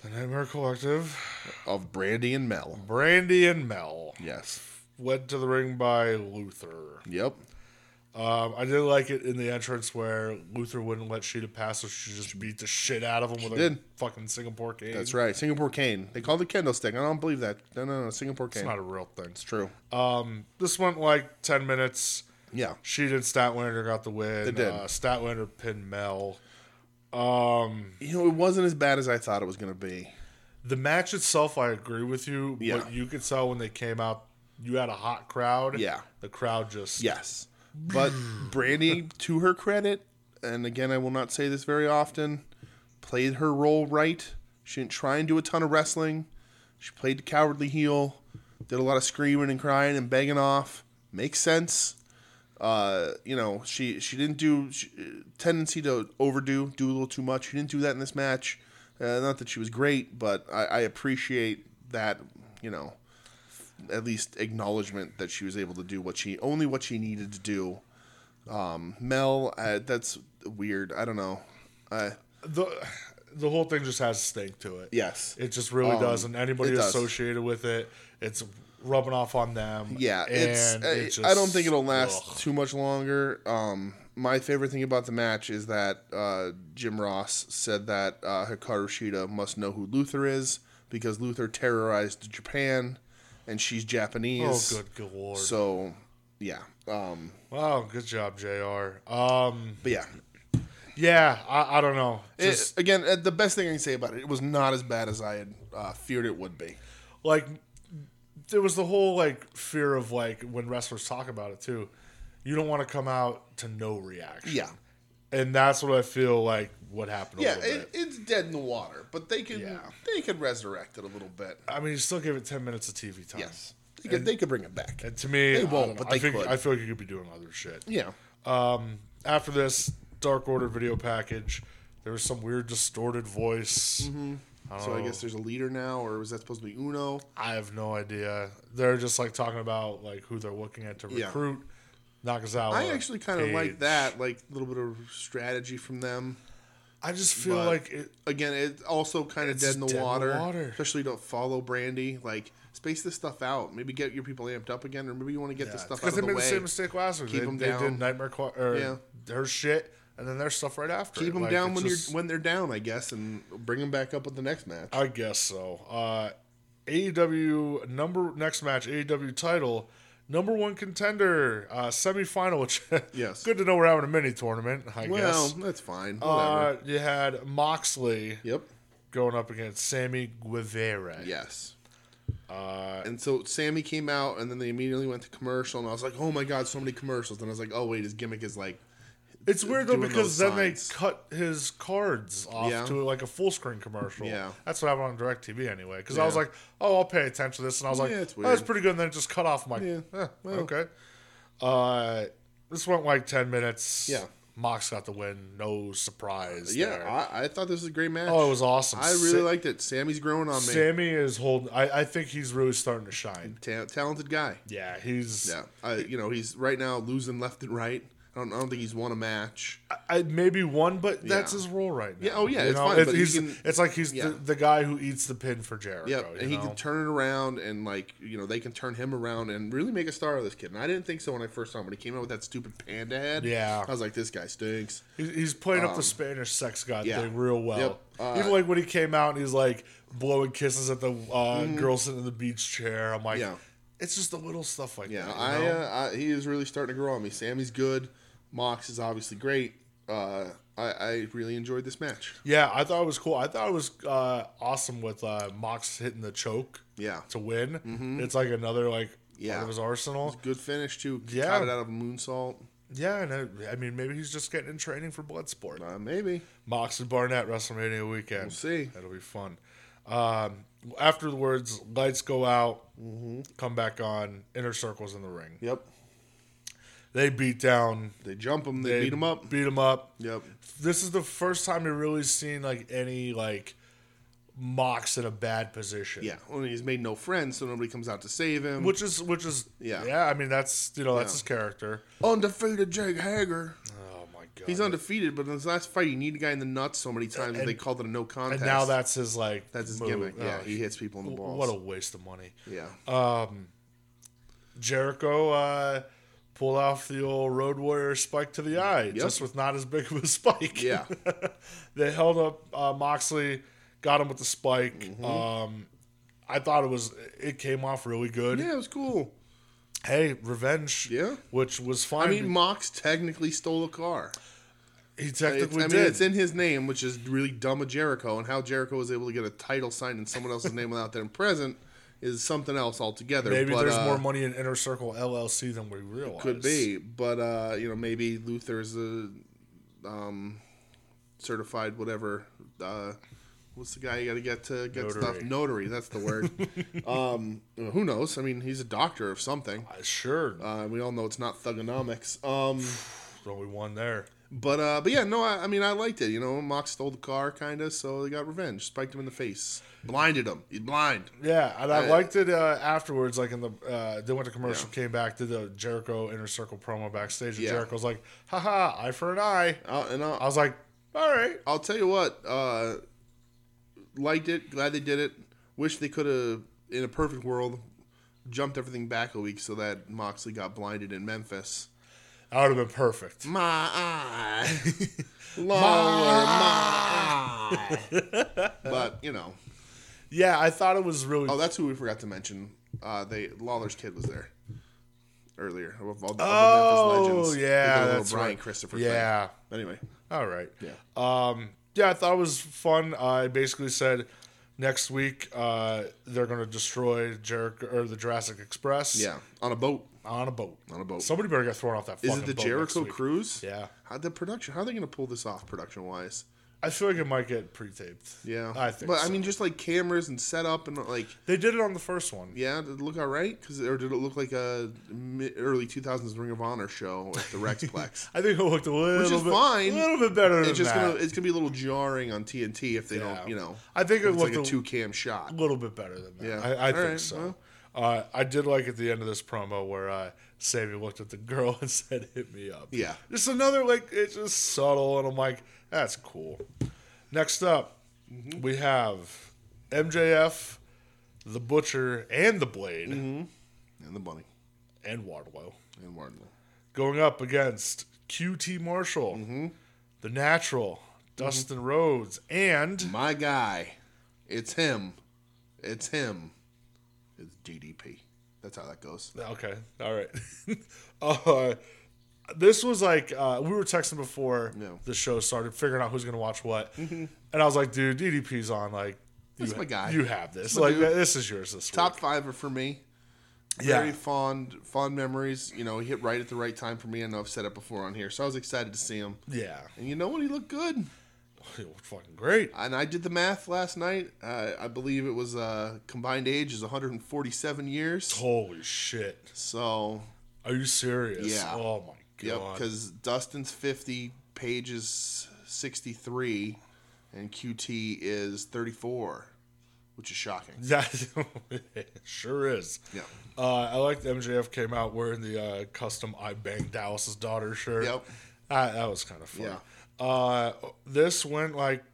S2: the Nightmare Collective,
S1: Of Brandy and Mel.
S2: Brandy and Mel,
S1: Yes.
S2: led to the ring by Luther.
S1: Yep.
S2: Um, I did like it in the entrance where Luther wouldn't let Shida pass, so she just beat the shit out of him with a
S1: did.
S2: fucking Singapore cane.
S1: That's right. Singapore cane. They called it kendo stick. I don't believe that. No, no, no. Singapore cane.
S2: It's not a real thing.
S1: It's true.
S2: Um, this went like ten minutes.
S1: yeah.
S2: She and Statlander got the win.
S1: did.
S2: Uh, Statlander pinned Mel. Um,
S1: You know, it wasn't as bad as I thought it was going to be.
S2: the match itself, I agree with you.
S1: Yeah.
S2: But you could tell when they came out, you had a hot crowd.
S1: Yeah.
S2: The crowd just.
S1: Yes. But Brandy, to her credit, and again, I will not say this very often, played her role right. She didn't try and do a ton of wrestling. She played the cowardly heel, did a lot of screaming and crying and begging off. Makes sense. Uh, you know, she she didn't do she, tendency to overdo, do a little too much. She didn't do that in this match. Uh, not that she was great, but I, I appreciate that. You know, at least acknowledgement that she was able to do what she only what she needed to do. Um, Mel, uh, that's weird. I don't know. Uh,
S2: The, the whole thing just has a stink to it.
S1: yes,
S2: It just really does. And anybody
S1: Um, it does.
S2: associated with it, it's rubbing off on them.
S1: yeah. It's.
S2: And
S1: I,
S2: it
S1: I don't think
S2: just-
S1: it'll last
S2: ugh.
S1: too much longer. Um, my favorite thing about the match is that uh, Jim Ross said that uh, Hikaru Shida must know who Luther is because Luther terrorized Japan, and she's
S2: Oh,
S1: Japanese.
S2: good, good lord.
S1: So, yeah. Um,
S2: wow, good job, JR. Um,
S1: but yeah,
S2: yeah, I, I don't know.
S1: It-
S2: Just,
S1: again, uh, the best thing I can say about it, it was not as bad as I had uh, feared it would be.
S2: like there was the whole like fear of like when wrestlers talk about it too you don't want to come out to no reaction
S1: Yeah,
S2: and that's what i feel like what happened a
S1: yeah,
S2: little
S1: it,
S2: bit
S1: it's dead in the water, but they could
S2: Yeah.
S1: they could resurrect it a little bit.
S2: i mean you still give it 10 minutes of tv time
S1: Yes, they could, they could bring it back.
S2: and to me
S1: They
S2: I
S1: won't,
S2: don't know.
S1: but they
S2: I think,
S1: could.
S2: i feel like you could be doing other shit
S1: Yeah,
S2: after this dark order video package there was some weird distorted voice
S1: Mm-hmm.
S2: I don't
S1: so I
S2: know.
S1: guess there's a leader now, or was that supposed to be Uno?
S2: I have no idea. They're just like talking about like who they're looking at to
S1: Yeah.
S2: recruit. Nakazawa.
S1: I actually kind of
S2: Page.
S1: like that, like a little bit of strategy from them.
S2: I just feel
S1: but-
S2: like it,
S1: Again, it's also kind of dead in the
S2: dead in the
S1: water.
S2: water.
S1: Especially don't follow Brandy. Like space this stuff out. Maybe get your people amped up again, or maybe you want to get this stuff out
S2: because
S1: of
S2: they
S1: the
S2: made
S1: way.
S2: the same mistake last week.
S1: Keep
S2: they,
S1: 'em
S2: they did
S1: down.
S2: nightmare Qua- or
S1: Yeah.
S2: her shit, and then their stuff right after.
S1: Keep
S2: it.
S1: them
S2: Like,
S1: down
S2: it's
S1: when
S2: just-
S1: you're when they're down, I guess, and bring them back up with the next match.
S2: I guess so. Uh, AEW number next match AEW title number one contender uh, semifinal. Which
S1: Yes.
S2: good to know we're having a mini tournament. I
S1: well,
S2: guess.
S1: that's fine. Whatever.
S2: Uh, you had Moxley
S1: yep.
S2: going up against Sammy Guevara.
S1: Yes. Uh, and so Sammy came out, and then they immediately went to commercial, and I was like, "Oh my god, so many commercials!" And I was like, "Oh wait, his gimmick is like,
S2: It's weird though
S1: Doing
S2: because
S1: those
S2: then they
S1: signs.
S2: cut his cards off
S1: Yeah.
S2: to like a full screen commercial.
S1: Yeah.
S2: that's what happened on DirecTV anyway. Because I was
S1: Yeah.
S2: like, oh, I'll pay attention to this, and I was like,
S1: Yeah, it's
S2: oh, that's
S1: weird.
S2: pretty good. And then it just cut off. I'm like,
S1: Yeah,
S2: eh, okay. Uh, this went like ten minutes.
S1: Yeah.
S2: Mox got the win. No surprise. there.
S1: yeah, I, I thought this was a great match.
S2: oh, it was awesome.
S1: I really
S2: Sa-
S1: liked it. Sammy's growing on me.
S2: Sammy is holding. I, I think he's really starting to shine.
S1: Ta- talented guy.
S2: Yeah, he's.
S1: Yeah, I, you know, he's right now losing left and right. I don't, I don't think he's won a match.
S2: I, maybe one, but that's
S1: Yeah.
S2: his role right now.
S1: Yeah, oh, yeah,
S2: You
S1: it's
S2: know?
S1: fine, but he
S2: he's,
S1: can-
S2: it's like he's
S1: yeah.
S2: the, the guy who eats the pin for Jericho.
S1: Yep,
S2: you
S1: and he
S2: know?
S1: can turn it around and like you know they can turn him around and really make a star of this kid. And I didn't think so when I first saw him when he came out with that stupid panda head.
S2: Yeah.
S1: I was like, this guy stinks.
S2: He's- He's playing up the Spanish sex god
S1: Um, yeah.
S2: thing real well.
S1: Yep. Uh,
S2: Even like when he came out and he's like blowing kisses at the uh, girl sitting in the beach chair. I'm like,
S1: Mm-hmm. Yeah.
S2: it's just the little stuff like
S1: Yeah,
S2: that. you
S1: I,
S2: know?
S1: uh, I he is really starting to grow on me. Sammy's good. Mox is obviously great. Uh, I, I really enjoyed this match.
S2: yeah, I thought it was cool. I thought it was uh, awesome with uh, Mox hitting the choke
S1: Yeah, Mm-hmm.
S2: to win. It's like another like part
S1: Yeah.
S2: of his arsenal.
S1: good finish too.
S2: Yeah.
S1: caught it out of a moonsault.
S2: Yeah, and uh, I, I mean maybe he's just getting in training for Bloodsport.
S1: Uh, maybe
S2: Mox and Barnett WrestleMania weekend. We'll
S1: see.
S2: That'll be fun. Um, afterwards, lights go out,
S1: Mm-hmm.
S2: come back on. Inner circles in the ring.
S1: Yep,
S2: They beat down.
S1: they jump him. They, beat him up.
S2: Beat him up.
S1: Yep.
S2: This is the first time you're really seen like any like Mox in a bad position.
S1: Yeah, well, he's made no friends, so nobody comes out to save him.
S2: Which is which is
S1: Yeah.
S2: yeah. I mean that's you know that's
S1: Yeah.
S2: his character.
S1: undefeated Jake Hager.
S2: Oh my god.
S1: He's undefeated, but in his last fight, he kneed a guy in the nuts so many times that they called it a no contest.
S2: and now that's his like
S1: that's his
S2: move.
S1: gimmick. Yeah,
S2: Oh,
S1: he hits people in the balls.
S2: what a Uh, waste of money.
S1: yeah,
S2: Jericho uh, pulled off the old Road Warrior spike to the eye, just with not as big of a spike.
S1: Yeah.
S2: they held up uh, Moxley, got him with the spike.
S1: Mm-hmm.
S2: Um, I thought it was it came off really good.
S1: yeah, it was cool.
S2: Hey, revenge.
S1: Yeah.
S2: which was fine.
S1: I mean, Mox technically stole a car.
S2: He
S1: It's, I
S2: technically
S1: mean,
S2: did.
S1: it's in his name, which is really dumb of Jericho, and how Jericho was able to get a title signed in someone else's name without them present is something else altogether.
S2: Maybe
S1: but,
S2: there's
S1: uh,
S2: more money in Inner Circle LLC than we realize.
S1: Could be, but uh, you know, maybe Luther's a um, certified whatever. Uh, what's the guy you got to get to get stuff?
S2: Notary.
S1: Notary. That's the word. um, who knows? I mean, he's a doctor of something.
S2: Uh, Sure,
S1: Uh, we all know it's not thugonomics. Um,
S2: there's only one there.
S1: but uh, but yeah, no, I, I mean, I liked it. You know, Mox stole the car, kind of, so they got revenge. Spiked him in the face, blinded him. He's blind.
S2: Yeah, and I
S1: I-
S2: liked it uh, afterwards. Like in the, uh, they went to commercial, came back, did the Jericho Inner Circle promo backstage, and
S1: Yeah.
S2: Jericho's like, "Haha, eye for an eye."
S1: Uh, and I'll,
S2: I was like, "All right,
S1: I'll tell you what, uh, liked it. Glad they did it. Wish they could have, in a perfect world, jumped everything back a week so that Moxley got blinded in Memphis.
S2: that would have been perfect."
S1: My eye, Lord, my, eye. but you know,
S2: Yeah, I thought it was really.
S1: oh, that's who we forgot to mention. Uh, they Lawler's kid was there earlier. Of all, of the Memphis
S2: Oh,
S1: legends, They did a
S2: yeah,
S1: little
S2: that's
S1: Brian
S2: right.
S1: Christopher. thing.
S2: Yeah,
S1: Anyway,
S2: all right.
S1: yeah.
S2: Um, yeah, I thought it was fun. I basically said next week uh, they're going to destroy Jericho or the Jurassic Express.
S1: Yeah, on a boat.
S2: on a boat.
S1: On a boat.
S2: Somebody better get thrown off that.
S1: Is
S2: fucking
S1: it the
S2: boat next
S1: Jericho
S2: week.
S1: Cruise?
S2: Yeah.
S1: How the production? How are they going to pull this off production wise?
S2: I feel like it might get pre-taped.
S1: Yeah,
S2: I think.
S1: But
S2: so.
S1: I mean, just like cameras and setup and like,
S2: they did it on the first one.
S1: yeah, did it look all right? Cause, or did it look like a mi- early two thousands Ring of Honor show at the Rexplex?
S2: I think it looked a little,
S1: is
S2: bit,
S1: fine.
S2: a little bit better than
S1: it's just
S2: that.
S1: gonna it's gonna be a little jarring on TNT if they
S2: Yeah.
S1: don't, you know.
S2: I think it
S1: it's like
S2: looked
S1: a
S2: a-
S1: two cam shot.
S2: a little bit better than that.
S1: Yeah.
S2: I, I
S1: All
S2: think
S1: right,
S2: so.
S1: well.
S2: Uh, I did like at the end of this promo where uh, Savvy looked at the girl and said, "Hit me up."
S1: Yeah.
S2: just another like it's just subtle, and I'm like, that's cool. Next up,
S1: Mm-hmm.
S2: we have MJF, the Butcher, and the Blade,
S1: Mm-hmm. And the bunny
S2: and Wardlow
S1: and Wardlow.
S2: going up against QT Marshall,
S1: Mm-hmm.
S2: the Natural, Dustin Rhodes, and
S1: My guy, it's him, it's him, it's GDP. That's how that goes.
S2: Okay. All right. uh, this was like uh, we were texting before
S1: No.
S2: the show started, figuring out who's gonna watch what, and I was like, "Dude, DDP's on. Like,
S1: That's
S2: you,
S1: Mm-hmm. my guy.
S2: You have this.
S1: my
S2: Like,
S1: dude.
S2: this is yours. This
S1: Top five are for me.
S2: Week. Yeah.
S1: very fond fond memories. You know, he hit right at the right time for me. I know I've said it before on here, so I was excited to see him.
S2: yeah.
S1: And you know what? He looked good.
S2: It was fucking great.
S1: And I did the math last night. Uh, I believe it was uh, combined age is 147 years.
S2: Holy shit.
S1: So
S2: Are you serious?
S1: Yeah.
S2: Oh my
S1: yep,
S2: god.
S1: because Dustin's 50, Paige is 63, and QT is 34, which is shocking.
S2: Yeah, sure is.
S1: Yeah.
S2: Uh, I like that MJF came out wearing the uh, custom I Bang Dallas's Daughter shirt.
S1: Yep.
S2: That, that was kind of fun.
S1: Yeah.
S2: Uh, this went like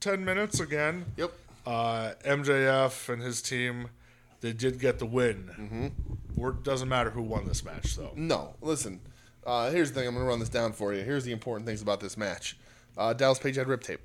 S2: 10 minutes again.
S1: Yep.
S2: Uh, MJF and his team, they did get the win. Mm-hmm. doesn't matter who won this match, though.
S1: No, listen. Uh, here's the thing. I'm going to run this down for you. Here's the important things about this match. Uh, Dallas Page had rip tape.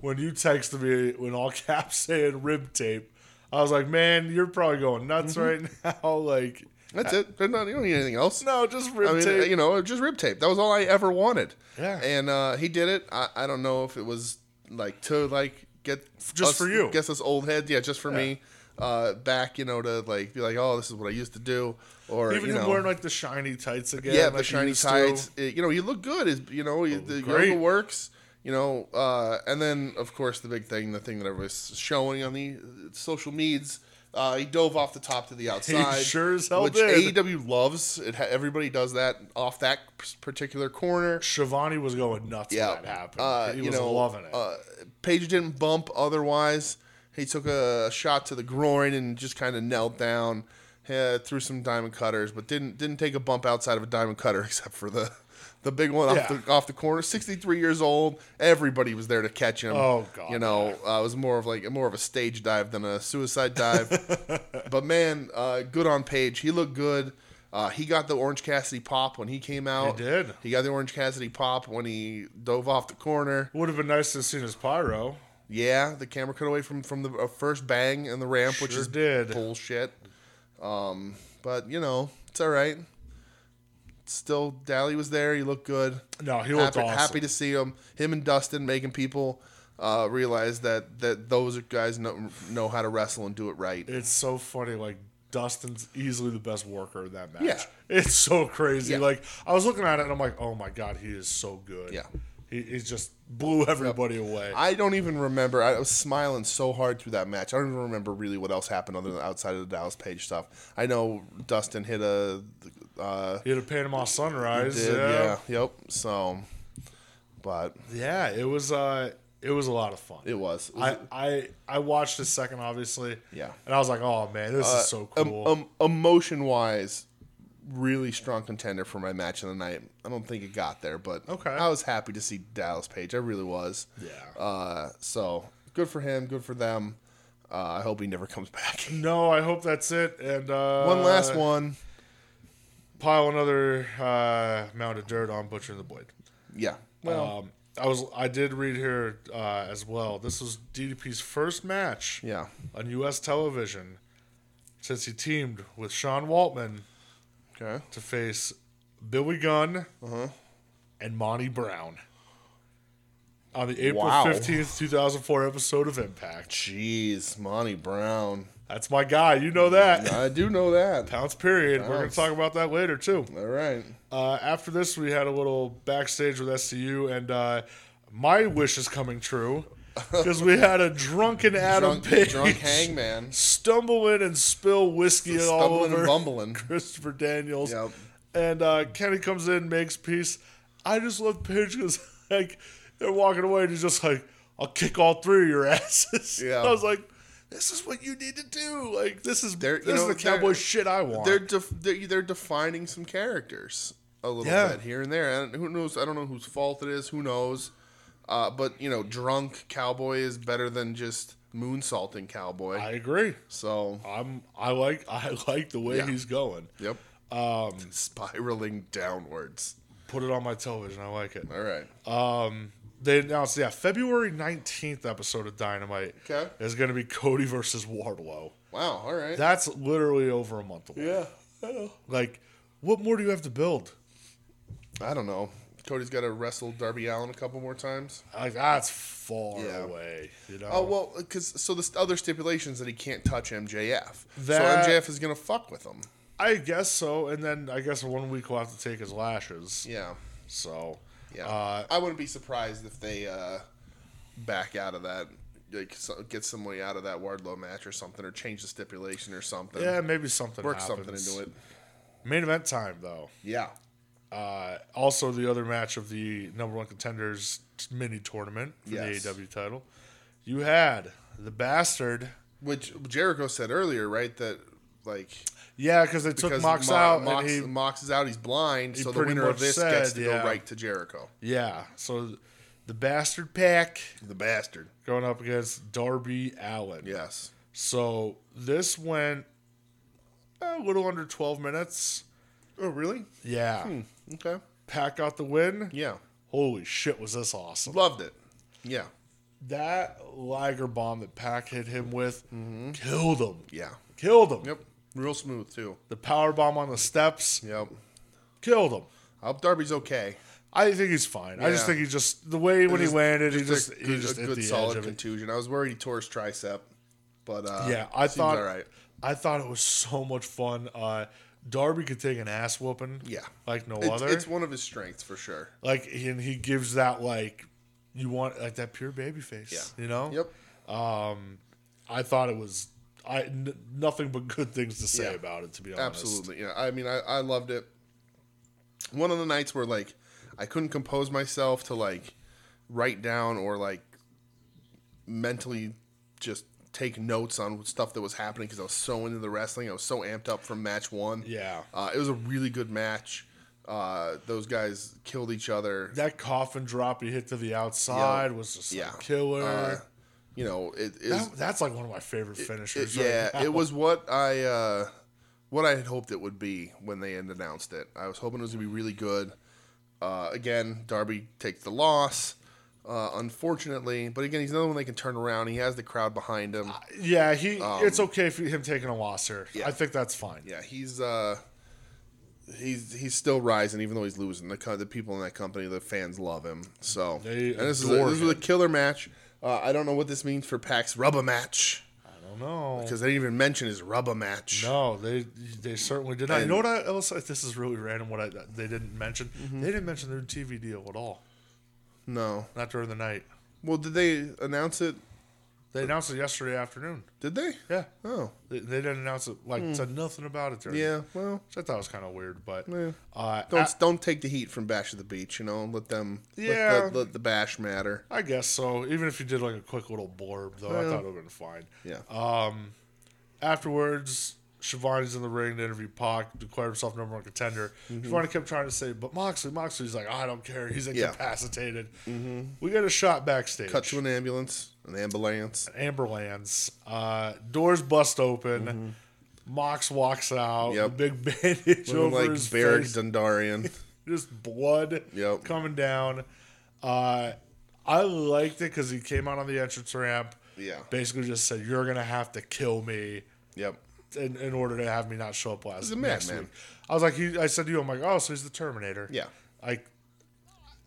S2: When you texted me, when all caps saying rib tape, I was like, man, you're probably going nuts
S1: Mm-hmm.
S2: right now. Like,
S1: That's it. They're not, you don't need anything else.
S2: Uh, no, just rib
S1: I mean,
S2: tape.
S1: you know, just rib tape. That was all I ever wanted.
S2: Yeah.
S1: And uh, he did it. I, I don't know if it was like to like get
S2: Just
S1: us-
S2: for you.
S1: guess us old heads. Yeah, just for me. Uh, back, you know, to like be like, oh, this is what I used to do, or
S2: Even
S1: you
S2: him
S1: know,
S2: wearing like the shiny tights again.
S1: yeah,
S2: like
S1: the
S2: he
S1: shiny
S2: used to.
S1: tights. It- you know, you look good. Is you know, you the
S2: Oh, great.
S1: yoga works. You know, uh, and then of course the big thing, the thing that everybody's showing on the uh, social medias. Uh, he dove off the top to the outside.
S2: sure as hell
S1: which
S2: did.
S1: AEW loves. It ha- everybody does that off that p- particular corner.
S2: Shivani was going nuts
S1: Yeah,
S2: when that happened.
S1: Uh,
S2: he
S1: you
S2: was
S1: know,
S2: loving it.
S1: Uh, Page didn't bump otherwise. He took a shot to the groin and just kind of knelt down, uh, threw some diamond cutters, but didn't didn't take a bump outside of a diamond cutter except for the the big one
S2: Yeah.
S1: off the off the corner. Sixty three years old. Everybody was there to catch him.
S2: Oh, God.
S1: You know, uh, it was more of like more of a stage dive than a suicide dive. but man, uh, good on Page. He looked good. Uh, he got the Orange Cassidy pop when he came out.
S2: He did.
S1: He got the Orange Cassidy pop when he dove off the corner.
S2: Would have been nice to have seen his pyro.
S1: Yeah, the camera cut away from from the uh, first bang and the ramp, which
S2: Sure
S1: is
S2: did.
S1: bullshit. Um, but you know, it's all right. still Dally was there. He looked good.
S2: No, he looked
S1: happy,
S2: awesome.
S1: happy to see him. Him and Dustin making people uh, realize that that those guys know know how to wrestle and do it right.
S2: It's so funny. Like Dustin's easily the best worker in that match.
S1: Yeah.
S2: It's so crazy.
S1: Yeah.
S2: Like I was looking at it and I'm like, oh my god, he is so good.
S1: Yeah.
S2: He, he just blew everybody away.
S1: I don't even remember. I was smiling so hard through that match. I don't even remember really what else happened other than outside of the Dallas Page stuff. I know Dustin hit a. Uh,
S2: he had a Panama sunrise.
S1: did,
S2: yeah.
S1: yeah. Yep. So, but
S2: yeah. It was uh it was a lot of fun.
S1: it was. It was
S2: I, I I watched the second obviously.
S1: Yeah.
S2: And I was like, oh man, this is so cool.
S1: um, emotion wise, really strong contender for my match of the night. I don't think it got there, but
S2: Okay.
S1: I was happy to see Dallas Page. I really was.
S2: Yeah.
S1: Uh, so good for him. Good for them. Uh, I hope he never comes back.
S2: no, I hope that's it. And uh,
S1: one last one.
S2: Pile another uh, mound of dirt on Butcher and the Blade.
S1: Yeah. Well.
S2: um, I was I did read here uh, as well. This was DDP's first match
S1: yeah.
S2: on U.S. television since he teamed with Sean Waltman
S1: Okay.
S2: to face Billy Gunn
S1: Uh-huh.
S2: and Monty Brown on the April
S1: Wow.
S2: fifteenth, two thousand four episode of Impact.
S1: Jeez, Monty Brown.
S2: That's my guy. You know that.
S1: I do know that.
S2: Pounds period. We're going
S1: Pounds.
S2: to talk about that later too.
S1: All right.
S2: Uh, after this, we had a little backstage with SCU, and uh, my wish is coming true because we had a drunken Adam
S1: Drunk,
S2: Page
S1: drunk hangman.
S2: stumble in and spill whiskey all
S1: Stumbling
S2: over
S1: and bumbling.
S2: Christopher Daniels,
S1: Yep.
S2: and uh, Kenny comes in, makes peace. I just love Page because like they're walking away, and he's just like, "I'll kick all three of your asses."
S1: Yeah.
S2: I was like. This is what you need to do. Like this is
S1: They're- you
S2: this
S1: know,
S2: is the
S1: they're-
S2: cowboy shit I want.
S1: they're def- they're they're defining some characters a little
S2: Yeah.
S1: bit here and there, and who knows? I don't know whose fault it is. Who knows? Uh, but you know, drunk cowboy is better than just moonsaulting cowboy.
S2: I agree.
S1: so,
S2: I'm I like I like the way
S1: Yeah.
S2: he's going.
S1: yep, um, spiraling downwards.
S2: Put it on my television. I like it.
S1: All right,
S2: Uh, They announced yeah February nineteenth episode of Dynamite
S1: Okay.
S2: is going to be Cody versus Wardlow.
S1: wow, all right,
S2: That's literally over a month away.
S1: yeah.
S2: Like, what more do you have to build?
S1: I don't know. Cody's got to wrestle Darby Allen a couple more times.
S2: Like that's far
S1: Yeah.
S2: away. You know.
S1: Oh well, because so the other stipulations that he can't touch MJF.
S2: That-
S1: so MJF is gonna fuck with him.
S2: I guess so. And then I guess one week we'll have to take his lashes.
S1: Yeah.
S2: So
S1: Yeah,
S2: Uh,
S1: I wouldn't be surprised if they uh, back out of that, like so, get some way out of that Wardlow match or something, or change the stipulation or something.
S2: yeah, maybe something
S1: work
S2: happens.
S1: something into it.
S2: Main event time though.
S1: Yeah,
S2: Uh, also, the other match of the number one contenders t- mini tournament for
S1: Yes.
S2: the AEW title, you had the bastard.
S1: which Jericho said earlier, right? That like
S2: Yeah, because they took
S1: because
S2: Mox
S1: Mo-
S2: out,
S1: Mox,
S2: and he
S1: Mox is out. He's blind, so the
S2: pretty
S1: winner of
S2: much
S1: this
S2: said,
S1: gets to
S2: yeah.
S1: go right to Jericho.
S2: yeah. So the bastard pack
S1: The bastard.
S2: going up against Darby Allen.
S1: Yes.
S2: So this went a little under twelve minutes.
S1: Oh really?
S2: Yeah,
S1: Mm, Okay.
S2: Pack got the win.
S1: Yeah.
S2: Holy shit, was this awesome!
S1: Loved it. Yeah.
S2: That Liger bomb that Pack hit him with killed him.
S1: Yeah.
S2: Killed him.
S1: Mm-hmm. Yep. Real smooth too.
S2: the power bomb on the steps
S1: Yep.
S2: killed him.
S1: I hope Darby's okay.
S2: I think he's fine. I just
S1: Yeah.
S2: think he just the way when
S1: just-
S2: he landed, he
S1: just
S2: just
S1: a
S2: he
S1: good,
S2: just
S1: a
S2: hit
S1: good
S2: the edge
S1: solid
S2: of it.
S1: contusion. I was worried he tore his tricep, but uh,
S2: Yeah, I
S1: seems
S2: thought
S1: all right.
S2: I thought it was so much fun. Uh, Darby could take an ass whooping,
S1: Yeah.
S2: like no
S1: It's,
S2: other.
S1: it's one of his strengths for sure.
S2: like and he gives that like you want like that pure baby face, you know.
S1: Yep.
S2: I thought it was I n- nothing but good things to say
S1: Yeah.
S2: about it. To be honest,
S1: Absolutely. Yeah. I mean, I, I loved it. One of the nights where like I couldn't compose myself to like write down or like mentally just take notes on stuff that was happening because I was so into the wrestling. I was so amped up from match one.
S2: Yeah.
S1: Uh, it was a really good match. Uh, those guys killed each other.
S2: That coffin drop he hit to the outside was just like,
S1: Yeah.
S2: killer.
S1: Uh, you know, it is.
S2: That- that's like one of my favorite finishers. right
S1: yeah,
S2: now.
S1: it was what I uh, what I had hoped it would be when they had announced it. I was hoping it was gonna be really good. Uh, again, Darby takes the loss, uh, unfortunately. But again, he's another one they can turn around. He has the crowd behind him.
S2: Yeah, he. it's okay for him taking a loss here.
S1: um, yeah.
S2: I think that's fine.
S1: Yeah, he's uh, he's he's still rising even though he's losing. The co- the people in that company, the fans love him. So
S2: They
S1: and this is a,
S2: adore
S1: this was a killer match. Uh, I don't know what this means for Pac's rubber match
S2: I don't know.
S1: because they didn't even mention his rubber match.
S2: No, they they certainly did not. You know what I else? This is really random. What I they didn't mention.
S1: Mm-hmm.
S2: They didn't mention their TV deal at all.
S1: No.
S2: Not during the night.
S1: Well, did they announce it?
S2: They announced it yesterday afternoon.
S1: Did they?
S2: Yeah,
S1: Oh,
S2: they, they didn't announce it. Like said nothing about it during.
S1: Hmm. yeah. Well,
S2: which I thought was kind of weird, but
S1: Yeah.
S2: uh,
S1: don't
S2: I,
S1: don't take the heat from Bash of the Beach. You know, let them.
S2: Yeah.
S1: Let the, let the Bash matter.
S2: I guess so. Even if you did like a quick little blurb, though, I
S1: Well.
S2: thought it would have been fine.
S1: Yeah.
S2: Oh, Afterwards, Shivani's in the ring to interview Pac, declare himself number one contender.
S1: Mm-hmm.
S2: Shivani kept trying to say, "But Moxley, Moxley's like, I don't care. He's incapacitated." We get a shot backstage.
S1: Mm-hmm. Cut to an ambulance. An ambulance.
S2: Amberlands. Uh, doors bust open. Mox walks out.
S1: Mm-hmm. Yep.
S2: The big bandage
S1: Looking
S2: over
S1: like
S2: his
S1: Barrick
S2: face.
S1: Dundarian.
S2: Just blood
S1: Yep.
S2: coming down. Uh, I liked it because he came out on the entrance ramp.
S1: Yeah.
S2: Basically just said, "You're gonna have to kill me."
S1: yep.
S2: In, in order to have me not show up last
S1: a
S2: next
S1: madman.
S2: week, I was like, he, I said to you, I'm like, oh, so he's the Terminator.
S1: Yeah.
S2: Like,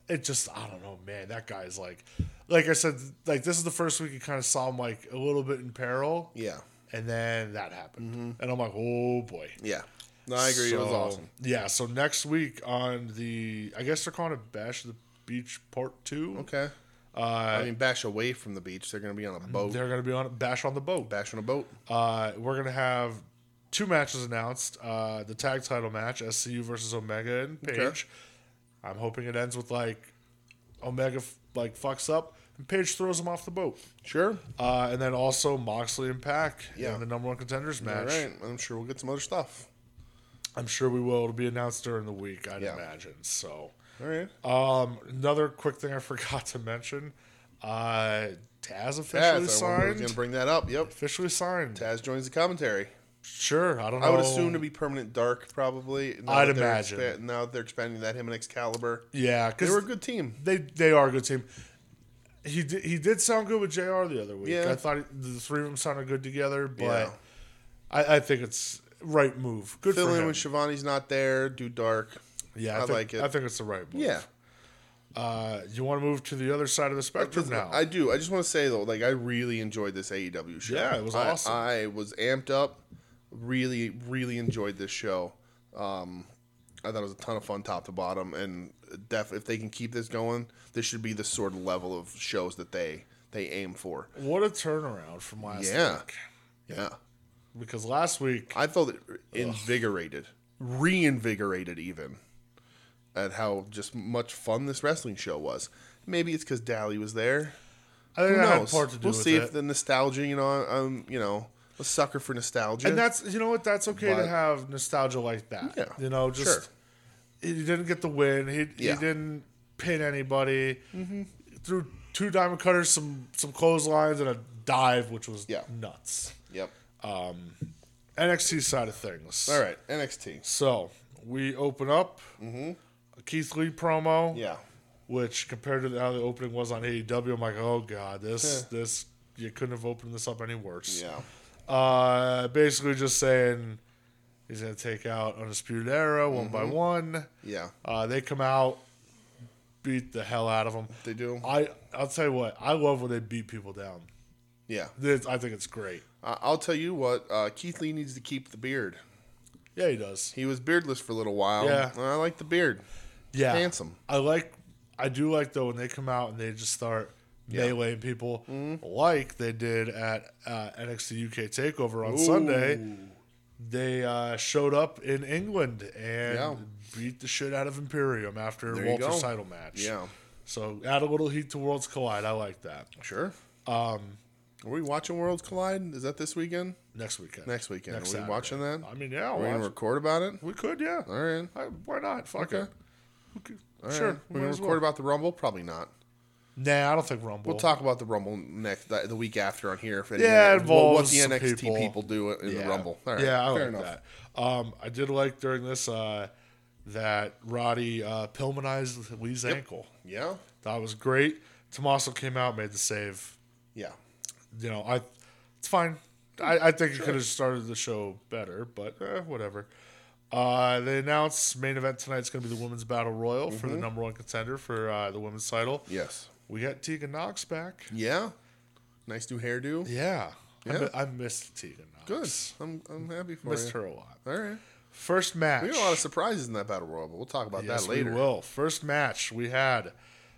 S2: it just I don't know, man. That guy's like, like I said, like this is the first week you kind of saw him like a little bit in peril.
S1: Yeah. Mm-hmm.
S2: And then that happened, and I'm like, oh boy.
S1: Yeah. No, I agree. it was
S2: So,
S1: awesome.
S2: Yeah. So next week on the, I guess they're calling it Bash of the Beach Part Two.
S1: Okay. I mean, bash away from the beach. They're going to be on a boat.
S2: uh, They're gonna be on Bash on the Boat.
S1: Bash on a boat.
S2: Uh, we're gonna have two matches announced. Uh, the tag title match, SCU versus Omega and Page.
S1: Okay.
S2: I'm hoping it ends with like Omega f- like fucks up and Page throws him off the boat.
S1: Sure.
S2: Uh, and then also Moxley and Pack
S1: Yeah.
S2: in the number one contenders
S1: All
S2: match.
S1: right. I'm sure we'll get some other stuff.
S2: I'm sure we will. It'll be announced during the week, I'd
S1: Yeah.
S2: imagine. So,
S1: All right.
S2: um, another quick thing I forgot to mention: uh, Taz
S1: Taz, I
S2: officially
S1: was going to
S2: signed.
S1: bring that up. Yep.
S2: Officially signed.
S1: Taz joins the commentary.
S2: Sure, I don't know.
S1: I would assume to be permanent dark, probably. Now
S2: I'd
S1: that they're
S2: imagine.
S1: expa- now that they're expanding that, him and Excalibur.
S2: yeah,
S1: They
S2: because
S1: were a good team.
S2: They they are a good team. He did, he did sound good with Jr. the other week.
S1: Yeah.
S2: I thought he, the three of them sounded good together, but
S1: Yeah.
S2: I, I think it's right move. Good
S1: Fill
S2: for
S1: in
S2: him.
S1: when Shivani's not there. Do dark.
S2: yeah, I,
S1: I
S2: think,
S1: like it.
S2: I think it's the right move.
S1: Yeah.
S2: Uh, you want to move to the other side of the spectrum now?
S1: I do. I just want to say though, like I really enjoyed this AEW show.
S2: Yeah, it was
S1: I-
S2: awesome.
S1: I was amped up. Really, really enjoyed this show. Um, I thought it was a ton of fun, top to bottom, and def if they can keep this going, this should be the sort of level of shows that they they aim for.
S2: what a turnaround from last
S1: Yeah.
S2: week.
S1: Yeah,
S2: Because last week,
S1: I felt invigorated, reinvigorated, even at how just much fun this wrestling show was. Maybe it's because Dally was there.
S2: I think
S1: Who
S2: that had
S1: knows?
S2: part to do
S1: we'll
S2: with
S1: see
S2: it.
S1: if the nostalgia, you know, I'm, you know, a sucker for nostalgia.
S2: and that's you know what that's okay
S1: But-
S2: to have nostalgia like that.
S1: Yeah,
S2: you know, just
S1: sure.
S2: he didn't get the win. He
S1: Yeah. Mm-hmm.
S2: he didn't pin anybody. Threw two diamond cutters, some some clotheslines, and a dive, which was
S1: Yeah.
S2: nuts.
S1: yep.
S2: NXT side of things.
S1: All right, NXT.
S2: So we open up a Keith Lee promo,
S1: Yeah,
S2: which compared to how the opening was on AEW, I'm like, oh god, this this you couldn't have opened this up any worse.
S1: yeah,
S2: Uh, basically just saying he's gonna take out Undisputed Era one
S1: Mm-hmm.
S2: by one.
S1: yeah.
S2: Uh, they come out, beat the hell out of them.
S1: They do.
S2: I I'll tell you what, I love when they beat people down.
S1: Yeah,
S2: This, I think it's great.
S1: I- I'll tell you what. Uh, Keith Lee needs to keep the beard.
S2: Yeah, he does.
S1: He was beardless for a little while.
S2: Yeah.
S1: and I like the beard.
S2: Yeah,
S1: Handsome.
S2: I like. I do like though when they come out and they just start meleeing people
S1: Mm-hmm.
S2: like they did at uh, NXT UK Takeover on Sunday. They uh, showed up in England and
S1: Yeah.
S2: beat the shit out of Imperium after
S1: There you
S2: Walter's
S1: go.
S2: title match.
S1: Yeah.
S2: So add a little heat to Worlds Collide. I like that.
S1: Sure. Um, are we watching Worlds Collide? Is that this weekend?
S2: Next weekend.
S1: Next weekend.
S2: Next
S1: are we
S2: Saturday.
S1: watching that?
S2: I mean, yeah, I'll
S1: We're gonna
S2: watch-
S1: record about it.
S2: we could, yeah.
S1: All right.
S2: I, why not? Fuck
S1: Okay.
S2: it. Okay.
S1: All
S2: Sure.
S1: right. We're gonna record about the Rumble. Probably not.
S2: Nah, I don't think Rumble.
S1: We'll talk about the Rumble next the, the week after on here. If any,
S2: Yeah, it
S1: what- what
S2: involves
S1: the
S2: some
S1: NXT people,
S2: people.
S1: do in the Rumble. All right,
S2: Yeah,
S1: fair
S2: I like
S1: enough.
S2: that. Um, I did like during this uh, that Roddy uh, pilmanized Lee's ankle.
S1: Yeah,
S2: That was great. Tommaso came out, made the save.
S1: yeah,
S2: You know, I it's fine. I, I think it could have started the show better, but eh, whatever. Uh, they announced main event tonight's going to be the women's battle royal for
S1: Mm-hmm.
S2: the number one contender for uh, the women's title.
S1: Yes.
S2: We got Tegan Knox back.
S1: Yeah. Nice new hairdo.
S2: Yeah, I,
S1: Yeah.
S2: mi- I missed Tegan Knox.
S1: Good. I'm, I'm happy for
S2: missed
S1: you.
S2: her a lot.
S1: All right.
S2: First match.
S1: We got a lot of surprises in that battle royal, but we'll talk about
S2: yes,
S1: that later.
S2: we will. First match we had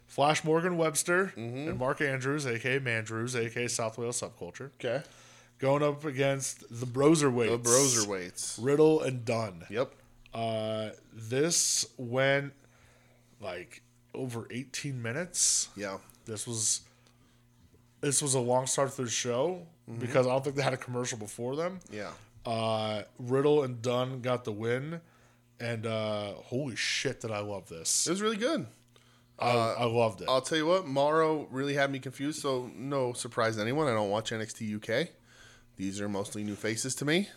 S2: Flash Morgan Webster
S1: Mm-hmm.
S2: and Mark Andrews, aka Mandrews, aka South Wales Subculture,
S1: Okay.
S2: going up against the Broserweights.
S1: The Broser weights.
S2: Riddle and Dunn.
S1: Yep.
S2: Uh, this went like over 18 minutes.
S1: Yeah.
S2: This was this was a long start to the show
S1: Mm-hmm.
S2: because I don't think they had a commercial before them.
S1: Yeah.
S2: Uh, Riddle and Dunn got the win, and uh, holy shit, did I love this!
S1: It was really good.
S2: I, I loved it.
S1: I'll tell you what, Morrow really had me confused, so no surprise to anyone. I don't watch NXT UK. These are mostly new faces to me.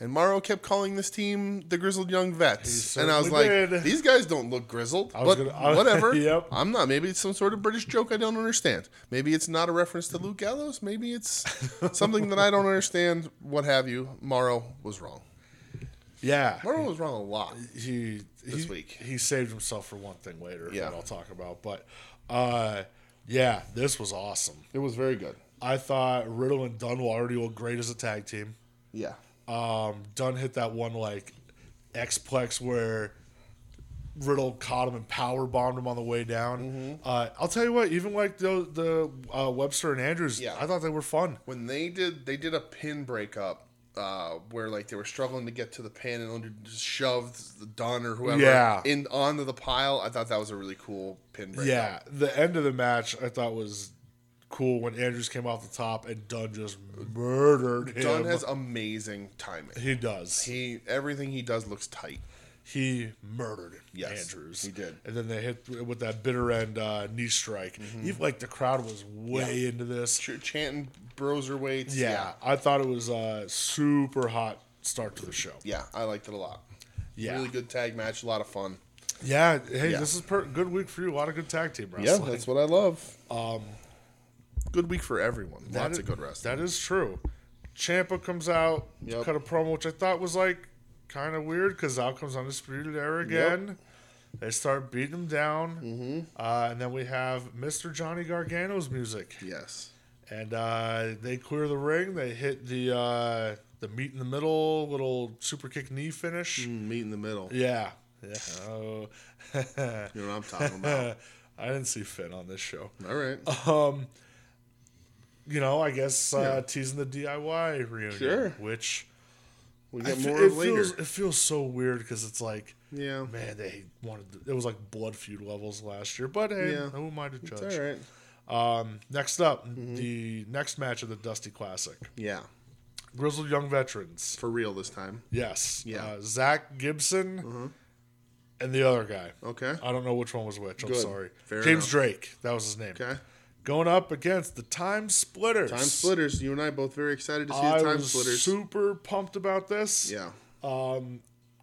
S1: And Morrow kept calling this team the Grizzled Young Vets.
S2: He
S1: And I was like,
S2: certainly did.
S1: these guys don't look grizzled.
S2: was
S1: But
S2: gonna- I-
S1: whatever.
S2: Yep.
S1: I'm not. Maybe it's some sort of British joke I don't understand. Maybe it's not a reference to Luke Gallows. Maybe it's something that I don't understand. What have you. Morrow was wrong.
S2: yeah,
S1: Morrow was wrong a lot.
S2: he
S1: This
S2: he,
S1: week.
S2: he saved himself for one thing later
S1: Yeah.
S2: that I'll talk about. But uh, yeah, this was awesome.
S1: It was very good.
S2: I thought Riddle and Dunn will already look great as a tag team.
S1: Yeah.
S2: Um, Dunn hit that one like X-plex where Riddle caught him and power bombed him on the way down. Uh, I'll tell you what, even like the the uh, Webster and Andrews,
S1: Yeah.
S2: I thought they were fun.
S1: when they did they did a pin breakup uh, where like they were struggling to get to the pin and under just shoved Dunn or whoever
S2: Yeah.
S1: in onto the pile. I thought that was a really cool pin breakup.
S2: Yeah, the end of the match I thought was cool when Andrews came off the top and Dunn just murdered him.
S1: Dunn has amazing timing.
S2: he does.
S1: He everything he does looks tight.
S2: He murdered
S1: Yes,
S2: Andrews.
S1: he did.
S2: And then they hit with that bitter end uh, knee strike.
S1: Mm-hmm.
S2: Even like the crowd was way into this.
S1: Ch- chanting broser weights.
S2: Yeah, I thought it was a super hot start to the show.
S1: yeah, I liked it a lot.
S2: Yeah.
S1: really good tag match, a lot of fun.
S2: Yeah, hey,
S1: Yeah.
S2: this is per- good week for you. A lot of good tag team
S1: Yeah,
S2: wrestling.
S1: that's what I love. Um, good week for everyone.
S2: That
S1: Lots
S2: is-
S1: of good wrestling.
S2: That is true. Champa comes out,
S1: Yep.
S2: cut a promo, which I thought was like kind of weird because out comes Undisputed Era again. They start beating him down,
S1: Mm-hmm.
S2: uh, and then we have Mr. Johnny Gargano's music,
S1: yes,
S2: and uh, they clear the ring. They hit the uh, the meet in the middle, little super kick knee finish.
S1: Mm, meet in the middle.
S2: Yeah. Yeah. Oh.
S1: You know what I'm talking about.
S2: I didn't see Finn on this show.
S1: All right.
S2: You know, I guess uh,
S1: Yeah.
S2: teasing the DIY reunion,
S1: Sure.
S2: which
S1: We
S2: I
S1: get
S2: fe-
S1: more
S2: it
S1: of later.
S2: feels it feels so weird because it's like,
S1: Yeah.
S2: man, they wanted to- it was like blood feud levels last year, but hey,
S1: Yeah.
S2: who am I to
S1: It's Mm-hmm.
S2: judge?
S1: all right.
S2: Um, next up, the next match of the Dusty Classic,
S1: Yeah,
S2: Grizzled Young Veterans.
S1: for real this time.
S2: Yes,
S1: Yeah. Mm-hmm.
S2: uh, Zach Gibson and the other guy.
S1: Okay.
S2: I don't know which one was which. I'm
S1: Good.
S2: sorry.
S1: Fair
S2: James
S1: enough.
S2: Drake. That was his name.
S1: Okay.
S2: Going up against the Time Splitters.
S1: Time splitters. You and I both very excited to see
S2: I
S1: the time
S2: was
S1: splitters.
S2: super pumped about this.
S1: yeah.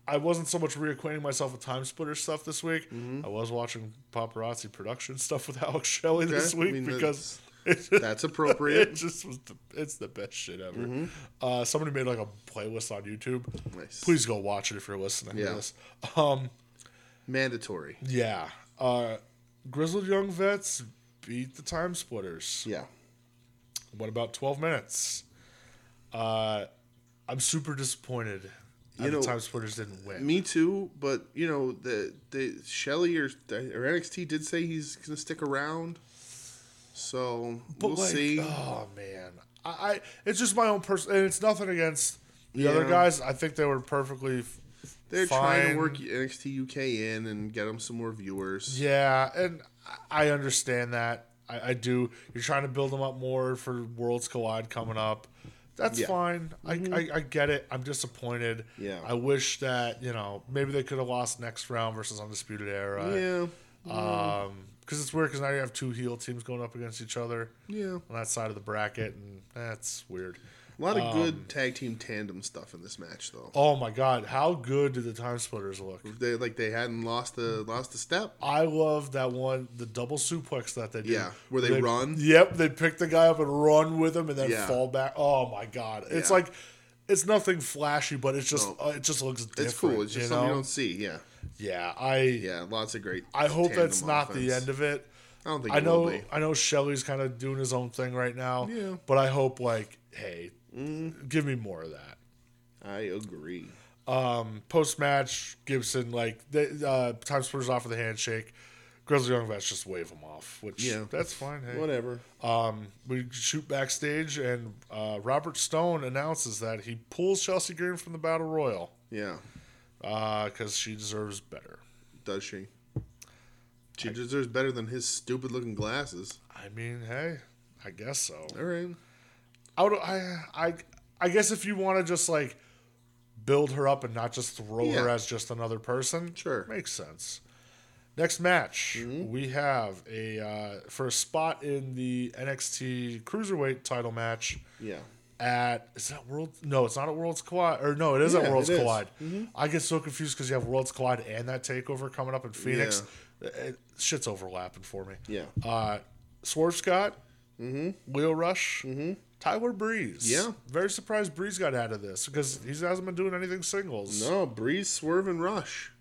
S2: I wasn't so much reacquainting myself with Time Splitter stuff this week.
S1: Mm-hmm.
S2: I was watching paparazzi production stuff with Alex Shelley this
S1: I
S2: week
S1: mean,
S2: because it just,
S1: That's
S2: it
S1: appropriate.
S2: just was the, it's the best shit ever. Uh, somebody made like a playlist on YouTube.
S1: Mm-hmm. Nice.
S2: Please go watch it if you're listening
S1: Yeah.
S2: to this. Um,
S1: Mandatory.
S2: yeah. Uh, Grizzled Young Vets beat the Time Splitters.
S1: Yeah.
S2: What about 12 minutes? Uh, I'm super disappointed. that
S1: You know-
S2: the Time Splitters didn't win.
S1: Me too, but you know the the Shelley or, or NXT did say he's gonna stick around, so
S2: But
S1: we'll
S2: like,
S1: see.
S2: Oh man, I, I it's just my own person, and it's nothing against the
S1: Yeah.
S2: other guys. I think they were perfectly. f-
S1: They're trying
S2: fine.
S1: to work NXT UK in and get them some more viewers.
S2: Yeah, and I I understand that. I, I do. You're trying to build them up more for Worlds Collide coming up. That's
S1: Yeah. Mm-hmm.
S2: fine. I, I, I get it. I'm disappointed.
S1: Yeah.
S2: I wish that you know maybe they could have lost next round versus Undisputed Era.
S1: Yeah.
S2: Um, because it's weird because now you have two heel teams going up against each other
S1: Yeah.
S2: on that side of the bracket, and that's weird.
S1: A lot of good tag team tandem stuff in this match, though.
S2: Oh my god, how good do the time splitters look?
S1: They like they hadn't lost the lost the step.
S2: I love that one, the double suplex that they did.
S1: Yeah, where they run.
S2: Yep, they pick the guy up and run with him and then
S1: Yeah.
S2: fall back. Oh my god, it's
S1: Yeah.
S2: like it's nothing flashy, but it's just uh, it just looks different.
S1: It's cool. It's just
S2: you know?
S1: something you don't see. Yeah.
S2: Yeah, I
S1: Yeah. Lots of great.
S2: I hope that's
S1: tandem
S2: not the
S1: offense.
S2: end of it.
S1: I don't think
S2: I
S1: it will
S2: know
S1: be.
S2: I know Shelley's kind of doing his own thing right now.
S1: Yeah. Mm.
S2: But I hope like, hey, give me more of that.
S1: I agree.
S2: Um, Post match, Gibson like they, uh, time splitters off with a handshake. Grizzly Young vets just wave him off, which
S1: Yeah.
S2: that's fine. Hey.
S1: Whatever.
S2: Um, we shoot backstage, and uh, Robert Stone announces that he pulls Chelsea Green from the Battle Royal
S1: Yeah.
S2: because she deserves better.
S1: Does she? She deserves better than his stupid looking glasses.
S2: I mean, hey, I guess so.
S1: All right.
S2: I would, I, I, I guess if you want to just like build her up and not just throw her
S1: Yeah.
S2: as just another person,
S1: Sure. Mm-hmm.
S2: makes sense. Next match, we have a uh, for a spot in the NXT Cruiserweight title match.
S1: Yeah.
S2: At is that World? No, it's not at Worlds Collide. Or no, it is
S1: Yeah,
S2: at Worlds
S1: it is. Mm-hmm.
S2: Collide. I get so confused because you have Worlds Collide and that Takeover coming up in Phoenix. It- shit's overlapping for me.
S1: Yeah. Mm-hmm.
S2: Uh, Swerve Scott, Leo Rush, Tyler Breeze.
S1: Yeah.
S2: Very surprised Breeze got out of this because he hasn't been doing anything singles.
S1: No, Breeze, Swerve, and Rush.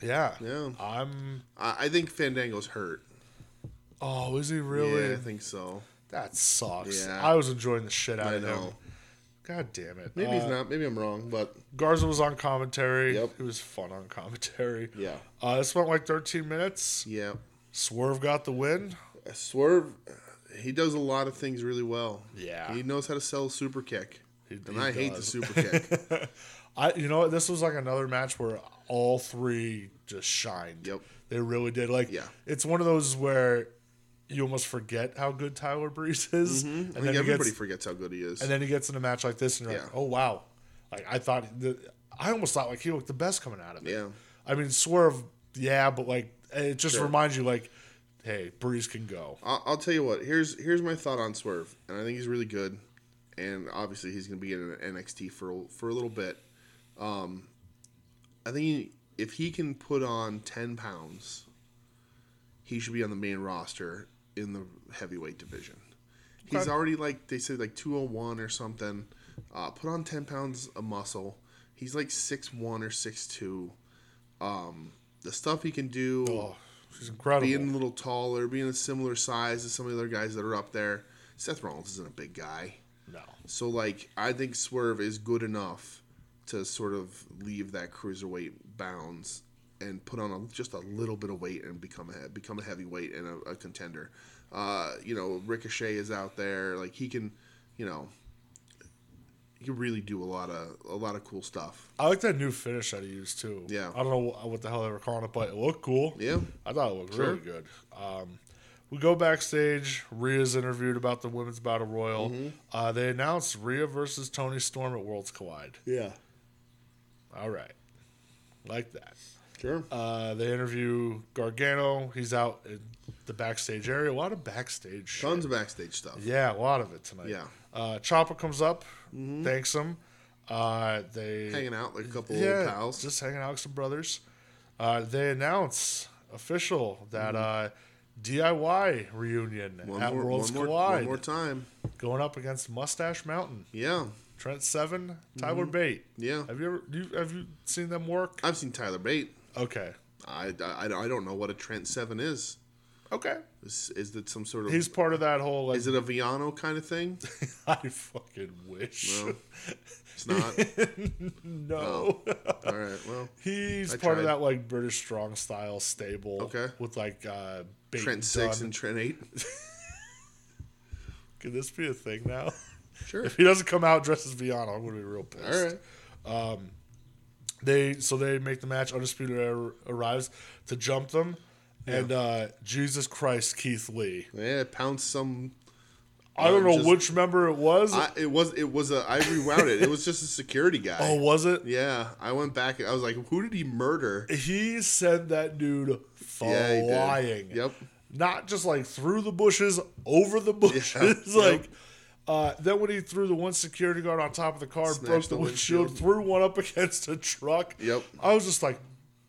S2: Yeah.
S1: Yeah.
S2: I'm.
S1: I, I think Fandango's hurt.
S2: Oh, is he really?
S1: Yeah, I think so.
S2: That sucks.
S1: Yeah.
S2: I was enjoying the shit out
S1: I
S2: of him.
S1: know.
S2: God damn it.
S1: Maybe
S2: Uh,
S1: he's not. Maybe I'm wrong, but
S2: Garza was on commentary.
S1: Yep.
S2: It was fun on commentary.
S1: yeah,
S2: Uh, this went like 13 minutes.
S1: yeah.
S2: Swerve got the win.
S1: Swerve, he does a lot of things really well.
S2: Yeah.
S1: he knows how to sell super kick,
S2: He-
S1: and
S2: he
S1: I hate the
S2: does.
S1: super kick.
S2: I, you know, what? this was like another match where all three just shined.
S1: Yep.
S2: they really did. Like,
S1: Yeah.
S2: it's one of those where you almost forget how good Tyler Breeze is, and
S1: Mm-hmm. I
S2: then
S1: think
S2: he
S1: everybody
S2: gets,
S1: forgets how good he is.
S2: and then he gets in a match like this, and you're like,
S1: Yeah.
S2: oh wow, like I thought, the, I almost thought like he looked the best coming out of it.
S1: Yeah.
S2: I mean, Swerve, yeah, but like it just
S1: Sure.
S2: reminds you like, hey, Breeze can go.
S1: I'll, I'll tell you what. Here's here's my thought on Swerve, and I think he's really good, and obviously he's going to be in NXT for a- for a little bit. Um, I think he, if he can put on ten pounds, he should be on the main roster in the heavyweight division. He's
S2: Okay.
S1: already like they said like two hundred one or something. Uh, put on ten pounds of muscle. He's like six one or six two. Um, the stuff he can do
S2: Oh, he's incredible.
S1: being a little taller, being a similar size as some of the other guys that are up there. Seth Rollins isn't a big guy.
S2: no,
S1: So like I think Swerve is good enough to sort of leave that cruiserweight bounds and put on a, just a little bit of weight and become a become a heavyweight and a, a contender. Uh, you know, Ricochet is out there. Like he can, you know, he can really do a lot of a lot of cool stuff.
S2: I like that new finish that he used too.
S1: Yeah.
S2: I don't know wh- what the hell they were calling it, but it looked cool.
S1: Yeah.
S2: I thought it looked
S1: Sure.
S2: really good. Um, we go backstage. Rhea's interviewed about the women's battle royal.
S1: Mm-hmm.
S2: Uh, they announced Rhea versus Tony Storm at Worlds Collide.
S1: Yeah,
S2: All right, like that.
S1: sure.
S2: Uh, they interview Gargano. He's out in the backstage area. A lot of backstage. shit.
S1: Tons of backstage stuff.
S2: Yeah, a lot of it tonight.
S1: Yeah. Mm-hmm.
S2: Uh, Chopper comes up, thanks him. Uh, they
S1: Hanging out like a couple of
S2: yeah,
S1: old pals.
S2: just hanging out with some brothers. Uh, they announce official that uh, DIY reunion
S1: Mm-hmm. one
S2: at
S1: more,
S2: Worlds
S1: one more,
S2: Collide
S1: one more time.
S2: going up against Mustache Mountain,
S1: Yeah,
S2: Trent Seven, Tyler Bate.
S1: Mm-hmm. yeah.
S2: Have you ever do you, have you seen them work?
S1: I've seen Tyler Bate.
S2: Okay,
S1: I, I, I don't know what a Trent Seven is.
S2: okay.
S1: Is, is it some sort of?
S2: He's part of that whole like
S1: is it a Viano kind of thing?
S2: I fucking wish.
S1: No. It's not.
S2: no.
S1: All right. Well,
S2: He's
S1: I
S2: part of
S1: tried.
S2: that like British strong style stable.
S1: Okay.
S2: With like uh Bate
S1: Trent
S2: and
S1: Six
S2: Dunn.
S1: and Trent Eight.
S2: Could this be a thing now?
S1: Sure.
S2: If he doesn't come out dressed as Viano, I'm gonna be real pissed.
S1: All right.
S2: They so they make the match. Undisputed Era arrives to jump them, and uh, Jesus Christ, Keith Lee.
S1: Yeah, pounce some.
S2: I don't
S1: Uh,
S2: know
S1: just-
S2: which member it was.
S1: I, it was it was a I rewound it. It was just a security guy.
S2: oh, was it?
S1: Yeah, I went back. I was like, who did he murder?
S2: He sent that dude
S1: Yeah, he did.
S2: flying.
S1: Yep.
S2: Not just like through the bushes, over the bushes.
S1: Yeah,
S2: like uh, then when he threw the one security guard on top of the car, broke the,
S1: the
S2: windshield,
S1: windshield.
S2: threw one up against a truck.
S1: Yep.
S2: I was just like,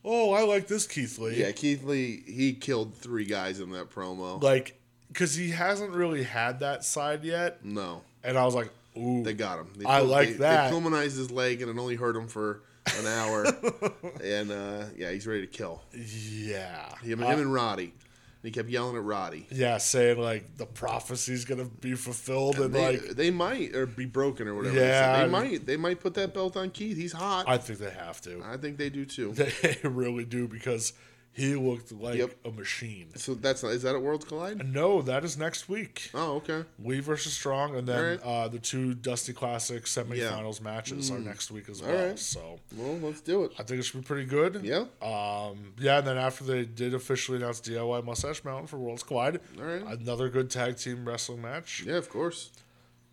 S2: oh, I like this Keith Lee.
S1: Yeah, Keith Lee. He killed three guys in that promo.
S2: Like, because he hasn't really had that side yet.
S1: No.
S2: And I was like, Ooh.
S1: They got him. They
S2: I like
S1: they,
S2: that.
S1: They pulmonized his leg and it only hurt him for an hour. and uh, yeah, he's ready to kill
S2: yeah.
S1: him.
S2: Uh,
S1: him and Roddy. And he kept yelling at Roddy.
S2: yeah, saying like the prophecy's gonna be fulfilled and
S1: They,
S2: like
S1: they might or be broken or whatever.
S2: Yeah,
S1: they
S2: I
S1: might. They might put that belt on Keith. He's hot.
S2: I think they have to.
S1: I think they do too.
S2: They really do because he looked like
S1: Yep.
S2: a machine.
S1: So that's not, is that at Worlds Collide?
S2: No, that is next week.
S1: Oh, okay.
S2: Lee versus Strong, and then
S1: Alright. Mm.
S2: uh, the two Dusty Classic semifinals matches are next week as well.
S1: Alright.
S2: So
S1: Well, let's do it.
S2: I think it should be pretty good.
S1: Yeah.
S2: Um, yeah, and then after they did officially announce DIY Mustache Mountain for Worlds Collide,
S1: Alright.
S2: another good tag team wrestling match.
S1: Yeah, of course.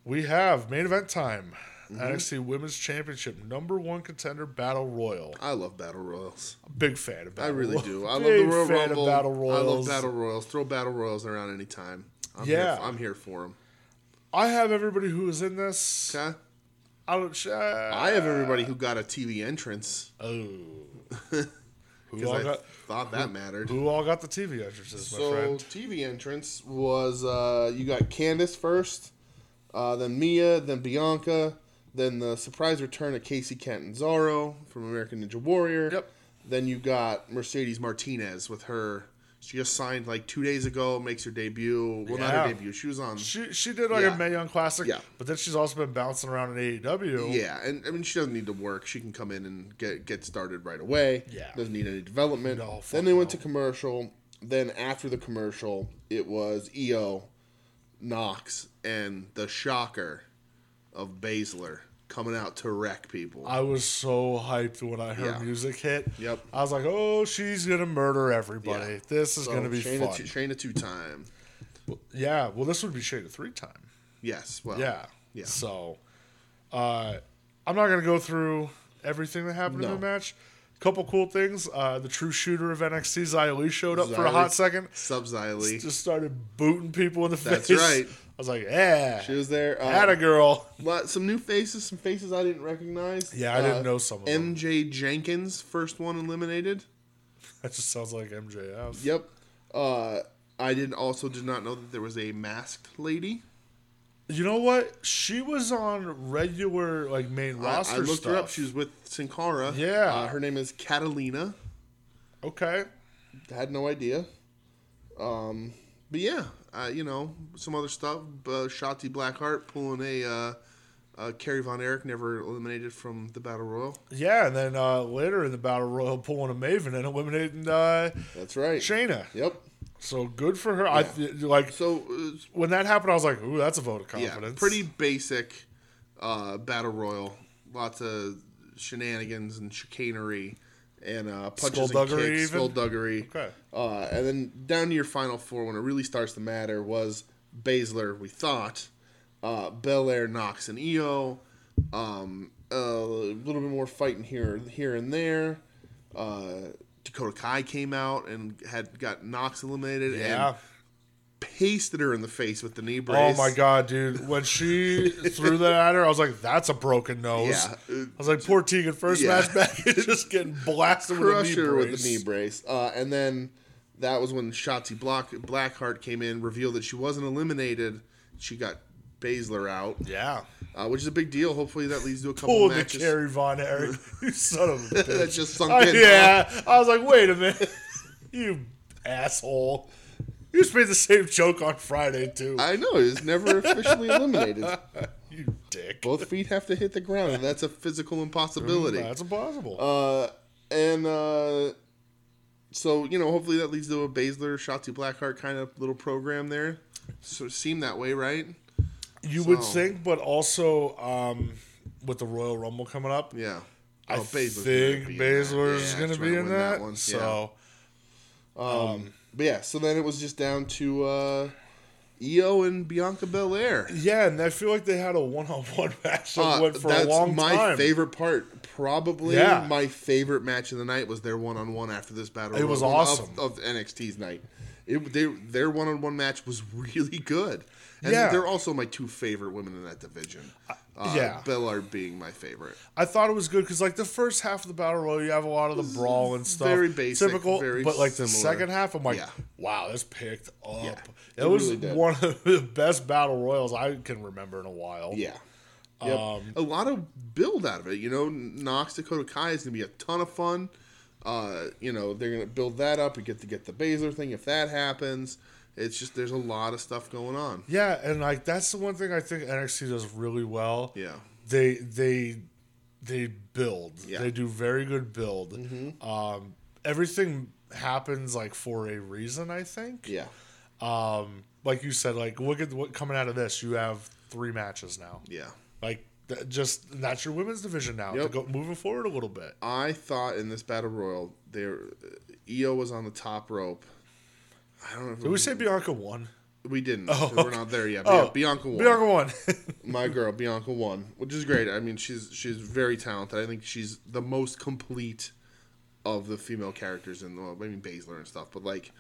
S2: We have main event time.
S1: Mm-hmm.
S2: NXT Women's Championship number one contender Battle Royal.
S1: I love battle royals.
S2: Big fan of
S1: I
S2: Battle
S1: really
S2: Royal.
S1: do. I love the
S2: Big
S1: Royal
S2: fan
S1: Rumble.
S2: of Battle
S1: I love
S2: Royals.
S1: battle royals. Throw battle royals around anytime. I'm
S2: Yeah.
S1: here, I'm here for them.
S2: I have everybody who is in this.
S1: Okay.
S2: I don't. sh-
S1: I have everybody who got a TV entrance
S2: Oh. who, all
S1: because I
S2: got,
S1: thought that mattered.
S2: who all got the TV entrances, my
S1: So
S2: friend?
S1: TV entrance was uh, you got Candace first, uh, then Mia, then Bianca, then the surprise return of Casey Catanzaro from American Ninja Warrior.
S2: Yep.
S1: Then you got Mercedes Martinez with her. She just signed like two days ago. Makes her debut. Well, not
S2: Yeah.
S1: her debut. She was on.
S2: She she did like
S1: Yeah.
S2: a Mae Young Classic,
S1: Yeah.
S2: but then she's also been bouncing around in E AEW.
S1: Yeah, and I mean she doesn't need to work. She can come in and get get started right away.
S2: Yeah.
S1: doesn't need any development.
S2: No, fuck
S1: then they went to
S2: no.
S1: commercial. Then after the commercial, it was EO, Knox, and the shocker of Baszler coming out to wreck people.
S2: I was so hyped when I heard
S1: Yeah.
S2: music hit.
S1: Yep.
S2: I was like, oh, she's gonna murder everybody.
S1: Yeah.
S2: This is
S1: So,
S2: gonna be
S1: Shayna
S2: fun.
S1: two- Shayna two time.
S2: yeah. Well, this would be Shade of Three time.
S1: Yes. Well.
S2: Yeah.
S1: Oh, Yeah.
S2: So, uh, I'm not gonna go through everything that happened in
S1: No.
S2: the match. Couple cool things. Uh, the true shooter of NXT, Xia Li, showed up for a
S1: Xia Li-
S2: hot second.
S1: Sub Xylee.
S2: Just started booting people in the
S1: That's
S2: face.
S1: right.
S2: I was like, yeah,
S1: She was there. Um,
S2: had a girl.
S1: lot- some new faces, some faces I didn't recognize.
S2: Yeah, I didn't know some of them.
S1: MJ Jenkins, first one eliminated.
S2: That just sounds like MJF.
S1: Yep. Uh, I did also did not know that there was a masked lady.
S2: You know what? She was on regular like main
S1: I-
S2: roster
S1: I looked
S2: stuff.
S1: her up. She was with Sin Cara.
S2: Yeah.
S1: Uh, her name is Catalina.
S2: okay.
S1: Had no idea. Um, but yeah, uh, you know some other stuff. Uh, Shotzi Blackheart pulling a. Uh, uh, Kerry Von Erich never eliminated from the Battle Royal.
S2: Yeah, and then uh, later in the battle royal, pulling a Maven and eliminating uh,
S1: That's right.
S2: Shayna.
S1: Yep.
S2: So good for her. I th- like
S1: So uh,
S2: when that happened. I was like, "Ooh, that's a vote of
S1: yeah,
S2: confidence."
S1: pretty basic uh, battle royal. Lots of shenanigans and chicanery and uh, punches and
S2: Skullduggery
S1: kicks,
S2: even?
S1: skullduggery.
S2: Okay.
S1: Uh, and then down to your final four, when it really starts to matter, was Baszler. We thought uh, Belair, Knox, and Io. Um, a little bit more fighting here, here and there. Uh, Dakota Kai came out and had got Knox eliminated
S2: Yeah.
S1: and pasted her in the face with the knee
S2: Oh
S1: brace.
S2: my god, dude! When she threw that at her, I was like, "That's a broken nose."
S1: Yeah.
S2: I was like, "Poor Tegan, first
S1: Yeah.
S2: match back, just getting blasted
S1: crush
S2: with a knee
S1: her
S2: brace."
S1: with the knee brace. Uh, and then that was when Shotzi Block Blackheart came in, revealed that she wasn't eliminated. She got Baszler out,
S2: Yeah,
S1: uh, which is a big deal. Hopefully that leads to a couple
S2: pull
S1: of
S2: the
S1: matches.
S2: Kerry Von Erich, you son of a bitch.
S1: that just sunk
S2: Oh,
S1: in.
S2: yeah, I was like, "Wait a minute, you asshole!" You just made the same joke on Friday too.
S1: I know. It was never officially eliminated.
S2: you dick.
S1: Both feet have to hit the ground, and that's a physical impossibility.
S2: Mm, That's impossible.
S1: Uh, and uh, so you know, hopefully that leads to a Baszler Shotzi Blackheart kind of little program there. So it seemed that way, right?
S2: you would
S1: so-
S2: think, but also um, with the Royal Rumble coming up,
S1: Yeah.
S2: I
S1: Oh, Baszler's gonna
S2: think
S1: be in that.
S2: Baszler's
S1: Yeah,
S2: going
S1: that's
S2: to
S1: right,
S2: be in
S1: win
S2: that.
S1: one. Yeah.
S2: So
S1: But yeah, so then it was just down to uh, Io and Bianca Belair.
S2: yeah. and I feel like they had a one-on-one match that
S1: Uh,
S2: went for a long
S1: my
S2: time.
S1: favorite part. Probably
S2: Yeah.
S1: my favorite match of the night was their one on one after this battle.
S2: It was
S1: royal
S2: awesome.
S1: of, of NXT's night. It, they, their one on one match was really good. And
S2: Yeah.
S1: they're also my two favorite women in that division. Uh,
S2: yeah.
S1: Belair being my favorite.
S2: I thought it was good because like the first half of the battle royal, you have a lot of the brawl and stuff,
S1: very basic,
S2: typical.
S1: very
S2: but like the
S1: similar.
S2: second half, I'm like,
S1: Yeah.
S2: wow, this picked up.
S1: Yeah,
S2: it
S1: it
S2: was
S1: really did.
S2: one of the best battle royals I can remember in a while.
S1: Yeah. Yep. a lot of build out of it. You know, Knox Dakota Kai is going to be a ton of fun. Uh, you know, they're going to build that up. We get to get the Baszler thing if that happens. It's just there's a lot of stuff going on.
S2: Yeah, and like that's the one thing I think NXT does really well.
S1: Yeah.
S2: They they they build.
S1: Yeah. Mm-hmm.
S2: They do very good build. Um, everything happens like for a reason. I think.
S1: Yeah.
S2: Um, like you said, like look at what coming out of this. You have three matches now.
S1: Yeah.
S2: Like that just that's your women's division now.
S1: Yep.
S2: To go moving forward a little bit.
S1: I thought in this battle royal, there, Io was on the top rope. I don't know. If
S2: Did we say Bianca won? Oh,
S1: we didn't. 'cause We're not there yet. But Mm-hmm. yeah, Bianca won.
S2: Bianca won.
S1: My girl Bianca won, which is great. I mean, she's she's very talented. I think she's the most complete of the female characters in the. I mean, Baszler and stuff, but like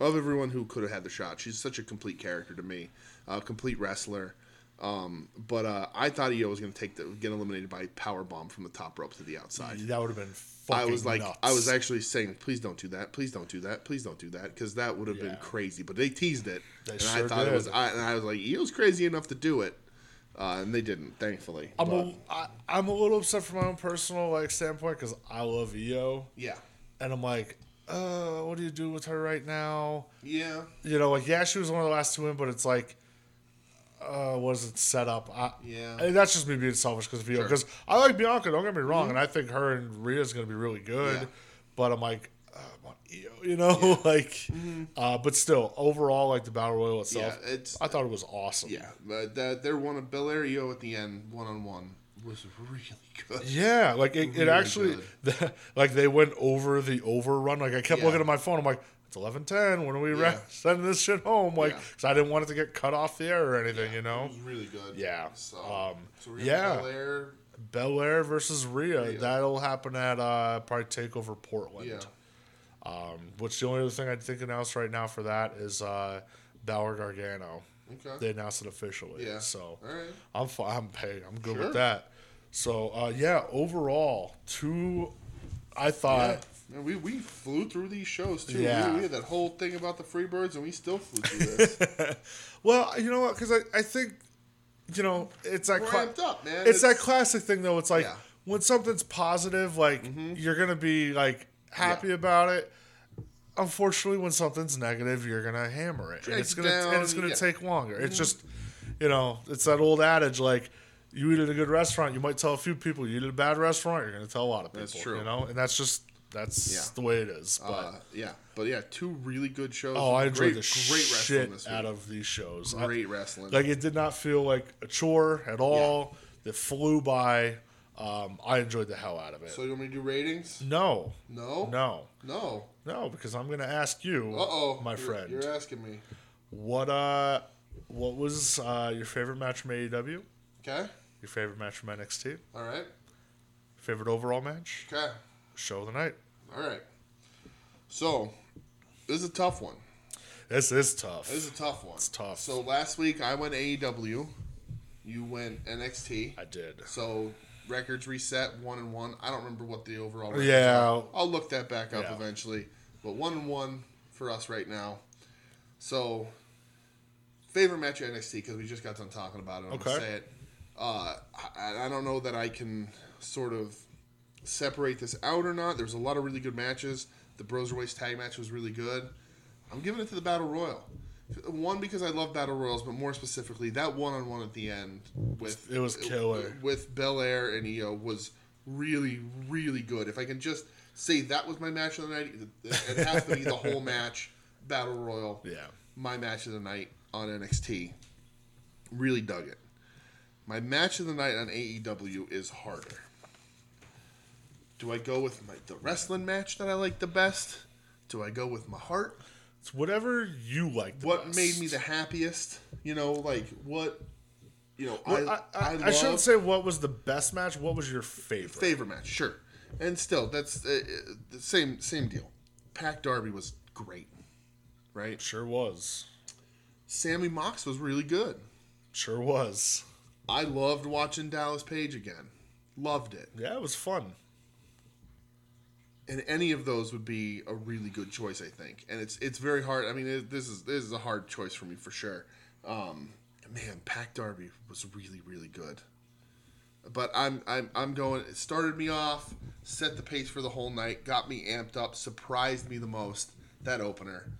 S1: of everyone who could have had the shot, she's such a complete character to me, a complete wrestler. Um, but uh, I thought Io was going to take the get eliminated by power bomb from the top rope to the outside.
S2: that would have been.
S1: I
S2: Fucking
S1: was like,
S2: nuts.
S1: I was actually saying, please don't do that, please don't do that, please don't do that, because that would have been
S2: Yeah.
S1: crazy. But they teased it,
S2: They
S1: and I
S2: sure
S1: thought it was,
S2: did.
S1: I, and I was like, Io's crazy enough to do it, uh, and they didn't, thankfully.
S2: I'm
S1: But-
S2: a, I, I'm a little upset from my own personal like standpoint because I love EO,
S1: yeah,
S2: and I'm like, uh, what do you do with her right now?
S1: yeah,
S2: You know, like yeah, she was one of the last to win, but it's like, uh, wasn't set up. I,
S1: Yeah.
S2: and that's just me being selfish because EO. Because I like Bianca, don't get me wrong, and I think her and Rhea's gonna be really good,
S1: Mm-hmm. Yeah.
S2: but I'm like. uh, I want EO, You know, like, uh, but still, overall, like the battle royal itself,
S1: Mm-hmm. Yeah, it's-
S2: I thought it was awesome.
S1: yeah. But that their one of Bellario at the end, one on one, was really good.
S2: Yeah, like it, it actually, like they went over the overrun. Like I kept
S1: Yeah.
S2: looking at my phone. I'm like, it's eleven ten. When are we ra-
S1: Yeah.
S2: sending this shit home? Like,
S1: Yeah.
S2: 'cause I didn't want it to get cut off the air or anything. you know,
S1: It was really good.
S2: Yeah.
S1: So,
S2: Um,
S1: so we're gonna
S2: yeah.
S1: Belair,
S2: Bel Air versus Rhea. That'll happen at uh, probably Takeover Portland.
S1: yeah,
S2: Which the only other thing I think announced right now for that is uh, Bauer Gargano.
S1: Okay.
S2: They announced it officially.
S1: yeah.
S2: So.
S1: all right,
S2: I'm fine. I'm paid. I'm good
S1: Sure.
S2: with that. So uh, yeah, overall, two. I thought.
S1: Yeah, we, we flew through these shows too.
S2: Yeah.
S1: We, we had that whole thing about the Freebirds, and we still flew through this.
S2: Well, you know what? Because I, I think, you know, it's that cla-
S1: Ramped up, man.
S2: It's, that
S1: It's-
S2: classic thing though. It's like
S1: Yeah. Mm-hmm.
S2: when something's positive, like you're gonna be like happy about it. Unfortunately, when something's negative, you're gonna hammer it, and
S1: Drags
S2: it's
S1: you
S2: gonna and it's
S1: down,
S2: gonna
S1: yeah. Mm-hmm.
S2: take longer. It's just, you know, it's that old adage like. You eat at a good restaurant, you might tell a few people. You eat at a bad restaurant, you're going to tell a lot of people.
S1: That's true.
S2: You know, and that's just that's
S1: Yeah.
S2: the way it is. But
S1: Uh, yeah, but yeah, two really good shows.
S2: oh, I enjoyed
S1: great,
S2: the
S1: great
S2: shit
S1: wrestling this week.
S2: out of these shows. I-
S1: great wrestling.
S2: Like it did not feel like a chore at all. It flew by. Um, I enjoyed the hell out of it.
S1: so you want me to do ratings?
S2: no,
S1: No,
S2: no,
S1: no.
S2: no, because I'm gonna ask you,
S1: Uh oh,
S2: my friend,
S1: You're asking me.
S2: what uh, what was uh, your favorite match from AEW?
S1: Okay,
S2: Your favorite match from NXT?
S1: all right,
S2: Favorite overall match?
S1: okay,
S2: Show of the night.
S1: all right. So this is a tough one.
S2: This is tough.
S1: This is a tough one. It's
S2: tough.
S1: So last week I went AEW, you went NXT.
S2: I did.
S1: So records reset one and one. I don't remember what the overall. Records
S2: Yeah.
S1: are. I'll look that back up
S2: Yeah.
S1: eventually. But one and one for us right now. So favorite match at NXT because we just got done talking about it. I'm gonna
S2: Okay.
S1: say it. Uh, I, I don't know that I can sort of separate this out or not. There's a lot of really good matches. The Broserways tag match was really good. I'm giving it to the Battle Royal. One because I love Battle Royals, but more specifically that one on one at the end with
S2: It was killer.
S1: with Bel Air and Io was really really good. If I can just say that was my match of the night, it has to be the whole match Battle Royal.
S2: Yeah.
S1: my match of the night on NXT. Really dug it. My match of the night on AEW is harder. Do I go with my, the wrestling match that I like the best? Do I go with my heart?
S2: It's whatever you like. The
S1: what
S2: best.
S1: made me the happiest? You know, like what? You know,
S2: Well,
S1: I, I,
S2: I, I, I
S1: love
S2: shouldn't say what was the best match. What was your favorite?
S1: favorite match, sure. And still, that's uh, uh, the same same deal. Pac Darby was great, right?
S2: Sure was.
S1: Sammy Mox was really good.
S2: Sure was.
S1: I loved watching Dallas Page again. Loved it.
S2: Yeah, it was fun.
S1: and any of those would be a really good choice, I think. And it's it's very hard. I mean, it, this is this is a hard choice for me for sure. Um, man, Pack Darby was really really good. But I'm I'm I'm going. It started me off, set the pace for the whole night, got me amped up, surprised me the most. That opener,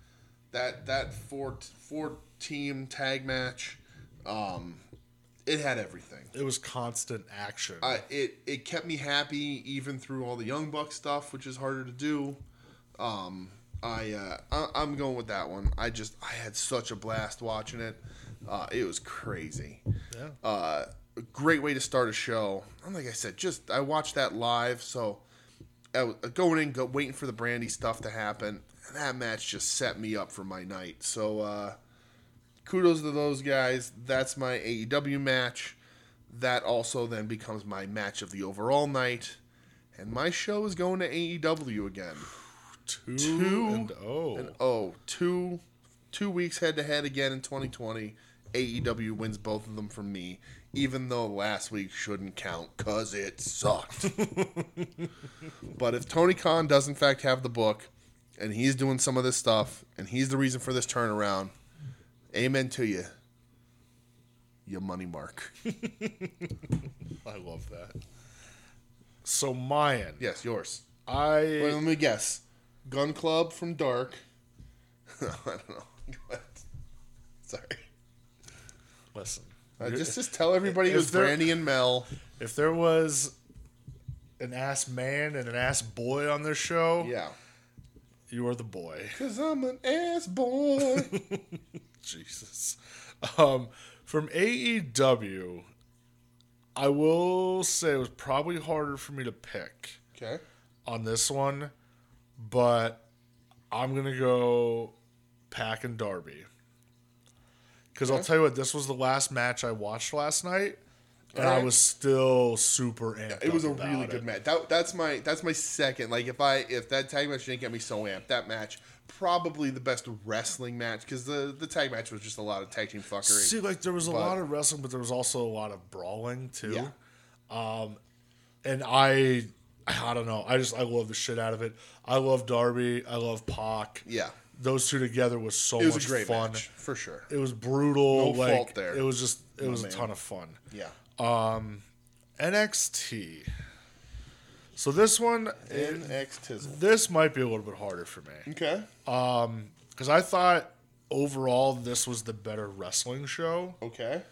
S1: that that four four team tag match, um, it had everything.
S2: It was constant action.
S1: Uh, it it kept me happy even through all the Young Buck stuff, which is harder to do. Um, I, uh, I I'm going with that one. I just I had such a blast watching it. Uh, it was crazy.
S2: yeah.
S1: Uh, a great way to start a show. And like I said, just I watched that live, so I was going in, go, waiting for the brandy stuff to happen. And that match just set me up for my night. So uh, kudos to those guys. That's my AEW match. That also then becomes my match of the overall night. And my show is going to AEW again.
S2: Two,
S1: Two
S2: and oh.
S1: And oh, two two weeks head to head again in 2020. AEW E wins both of them from me, even though last week shouldn't count because it sucked. but if Tony Khan does in fact have the book, and he's doing some of this stuff, and he's the reason for this turnaround, amen to you. Your money mark.
S2: oh. I love that. So Mayan,
S1: Yes, yours.
S2: I
S1: Wait, let me guess. Gun Club from Dark. I don't know. Sorry.
S2: listen.
S1: Uh, just just tell everybody it
S2: Is
S1: was
S2: there-
S1: Brandy and Mel.
S2: If there was an ass man and an ass boy on this show,
S1: Yeah.
S2: you are the boy.
S1: Cause I'm an ass boy.
S2: Jesus. Um, from AEW, I will say it was probably harder for me to pick
S1: okay.
S2: on this one, but I'm gonna go Pack and Darby. Because I'll tell you what, this was the last match I watched last night, and I
S1: Alright.
S2: was still super amped.
S1: It was a
S2: up about
S1: really
S2: it.
S1: good match. That, that's my that's my second. Like if I if that tag match didn't get me so amped, that match probably the best wrestling match because the the tag match was just a lot of tag team fuckery.
S2: See, like there was a lot of wrestling, but there was also a lot of brawling too.
S1: Yeah.
S2: Um, and I, I don't know. I just I love the shit out of it. I love Darby. I love Pac.
S1: yeah,
S2: Those two together was so
S1: it was
S2: much
S1: a great
S2: fun.
S1: match for sure.
S2: It was brutal.
S1: No
S2: like
S1: fault there,
S2: it was just it was
S1: man.
S2: a ton of fun.
S1: Yeah,
S2: NXT. So this one,
S1: NX Tizzle.
S2: this might be a little bit harder for me
S1: Okay.
S2: because I thought overall this was the better wrestling show.
S1: Okay.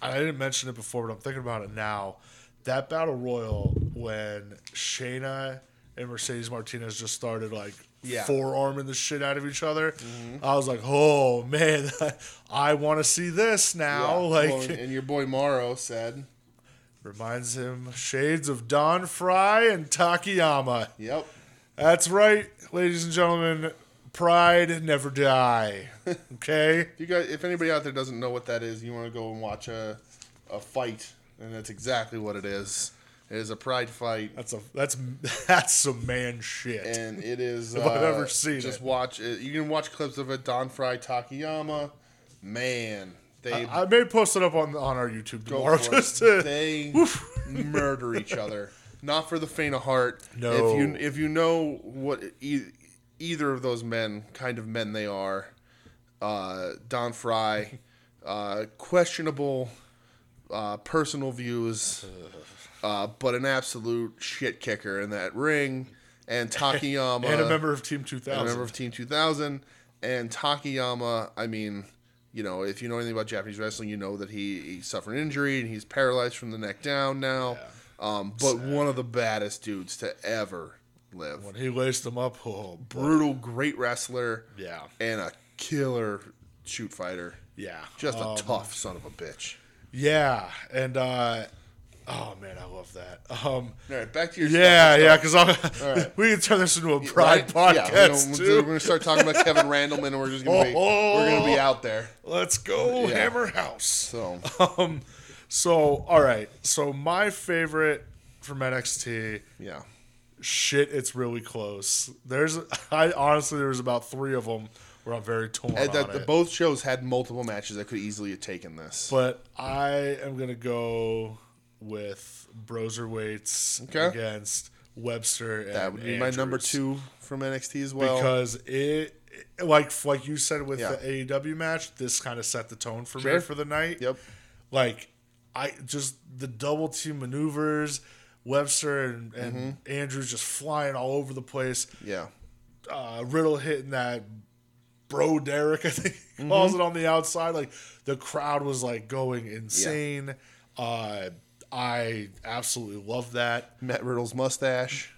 S2: I didn't mention it before, but I'm thinking about it now. That battle royal when Shayna and Mercedes Martinez just started like
S1: Yeah. Mm-hmm.
S2: forearming the shit out of each other, I was like, oh man, I want to see this now.
S1: Yeah.
S2: Like,
S1: Well, and, and your boy Morrow said,
S2: reminds him shades of Don Fry and Takayama.
S1: "Yep,
S2: That's right, ladies and gentlemen. Pride never die. Okay.
S1: If you guys, if anybody out there doesn't know what that is, you want to go and watch a, a fight, and that's exactly what it is. It is a pride fight,
S2: That's a that's that's some man shit.
S1: and it is.
S2: I've
S1: uh,
S2: ever seen
S1: just
S2: it.
S1: watch it. You can watch clips of it. Don Fry Takayama, man, they
S2: I may post it up on on our YouTube tomorrow
S1: for it.
S2: just to
S1: they murder each other. Not for the faint of heart.
S2: No.
S1: If you if you know what e- either of those men kind of men they are, uh, Don Fry, uh, questionable uh, personal views, uh, but an absolute shit kicker in that ring. And Takayama
S2: and a member of Team Two
S1: a member
S2: Thousand.
S1: of Team 2000, and Takayama. I mean, you know, if you know anything about Japanese wrestling, you know that he, he suffered an injury and he's paralyzed from the neck down now. Um, but one of the baddest dudes to ever live.
S2: When he laced them up, oh, bro.
S1: Brutal, great wrestler.
S2: Yeah.
S1: and a killer shoot fighter.
S2: yeah,
S1: Just a
S2: Um,
S1: tough son of a bitch.
S2: yeah, and uh, oh man, I love that. Um,
S1: All right, back to your
S2: yeah,
S1: stuff.
S2: yeah, because
S1: right.
S2: we can turn this into a Pride podcast
S1: we're,
S2: too.
S1: we're gonna start talking about Kevin Randleman, and we're just gonna be we're gonna be out there.
S2: Let's go,
S1: Yeah.
S2: Hammer House.
S1: So
S2: Um, so all right. So my favorite from NXT,
S1: yeah,
S2: shit, it's really close. There's, I honestly, there was about three of them where I'm very torn
S1: And
S2: on
S1: that the,
S2: it.
S1: both shows had multiple matches that could easily have taken this.
S2: but I am gonna go with Broserweights
S1: Okay.
S2: against Webster. And
S1: that would be my number
S2: Andrews.
S1: two from NXT as well.
S2: because it. it- Like like you said with E
S1: Yeah.
S2: the AEW match, this kind of set the tone for me
S1: Sure.
S2: for the night.
S1: yep,
S2: like I just the double team maneuvers, Webster and, and
S1: Mm-hmm.
S2: Andrews just flying all over the place.
S1: Yeah.
S2: Uh, Riddle hitting that bro Derek, I think
S1: Mm-hmm.
S2: he calls it on the outside. Like the crowd was like going insane. Uh, I absolutely love that.
S1: Matt Riddle's mustache.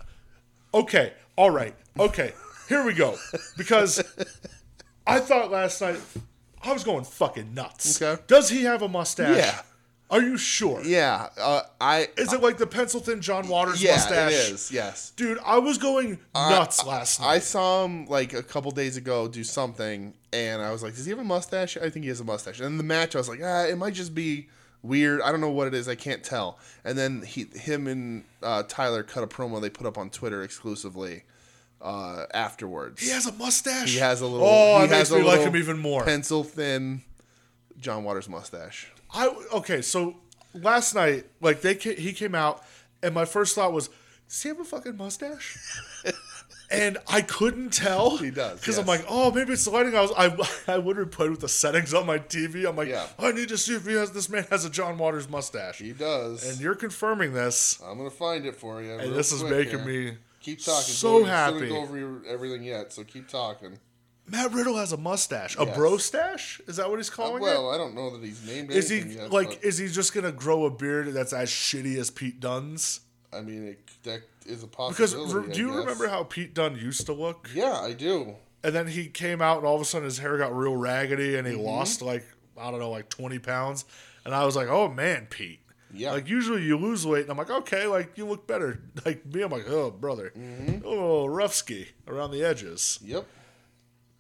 S2: Okay, all right, okay, here we go. Because I thought last night I was going fucking nuts.
S1: Okay.
S2: Does he have a mustache?
S1: Yeah.
S2: Are you sure?
S1: Yeah. Uh, I.
S2: Is it like the pencil thin John Waters
S1: yeah,
S2: mustache?
S1: it is. Yes.
S2: Dude, I was going nuts last night.
S1: I saw him like a couple days ago do something, and I was like, "Does he have a mustache?" I think he has a mustache. And in the match, I was like, "Ah, it might just be weird. I don't know what it is. I can't tell." And then he, him, and uh, Tyler cut a promo they put up on Twitter exclusively uh, afterwards.
S2: he has a mustache.
S1: He has a little.
S2: Oh,
S1: he
S2: it
S1: has
S2: makes
S1: a
S2: me like
S1: little
S2: him even more.
S1: Pencil thin, John Waters mustache.
S2: I okay, so last night, like they ca- he came out, and my first thought was, does he have a fucking mustache? and I couldn't tell.
S1: He does,
S2: because I'm
S1: yes.
S2: like, oh, maybe it's the lighting. I was I I would have played with the settings on my TV. I'm like,
S1: Yeah.
S2: I need to see if he has this man has a John Waters mustache.
S1: He Uh, does.
S2: And you're confirming this.
S1: I'm gonna find it for you.
S2: And this is making me
S1: keep talking. Don't-
S2: so
S1: still
S2: happy.
S1: didn't Go over your- everything yet? So keep talking.
S2: Matt Riddle has a mustache, a
S1: Yes. Uh,
S2: bro stash. Is that what he's calling it?
S1: Well, I don't know that he's named.
S2: Oh Is he
S1: anything yet,
S2: like? Is he just gonna grow a beard that's as shitty as Pete Dunn's?
S1: but, I mean, it, that is a
S2: Because
S1: possibility.
S2: re-
S1: I
S2: do you
S1: guess.
S2: remember how Pete Dunn used to look?
S1: Yeah, I do.
S2: And then he came out, and all of a sudden his hair got real raggedy,
S1: Mm-hmm.
S2: and he lost like I don't know, like twenty pounds. And I was like, oh man, Pete.
S1: Yeah.
S2: Like usually you lose weight, and I'm like, okay, like you look better. Like me, I'm like, oh brother,
S1: Mm-hmm.
S2: oh rough ski around the edges,
S1: Yep.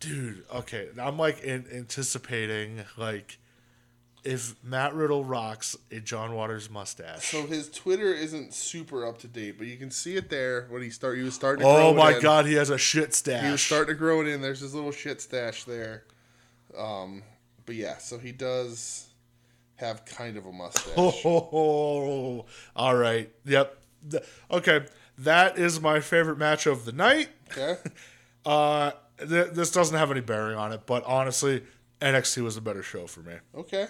S2: dude. Okay, And I'm like in, anticipating like if Matt Riddle rocks a John Waters mustache.
S1: So his Twitter isn't super up to date, but you can see it there when he start. He was starting. To grow
S2: oh
S1: it
S2: my
S1: in.
S2: god, he has a shit stash.
S1: He was starting to grow it in. There's his little shit stash there. Um, but yeah, so he does have kind of a mustache.
S2: Oh, ho, ho. all right. Yep. Th- Okay. That is my favorite match of the night.
S1: Okay.
S2: Uh, th- this doesn't have any bearing on it, but honestly, NXT was a better show for me.
S1: Okay.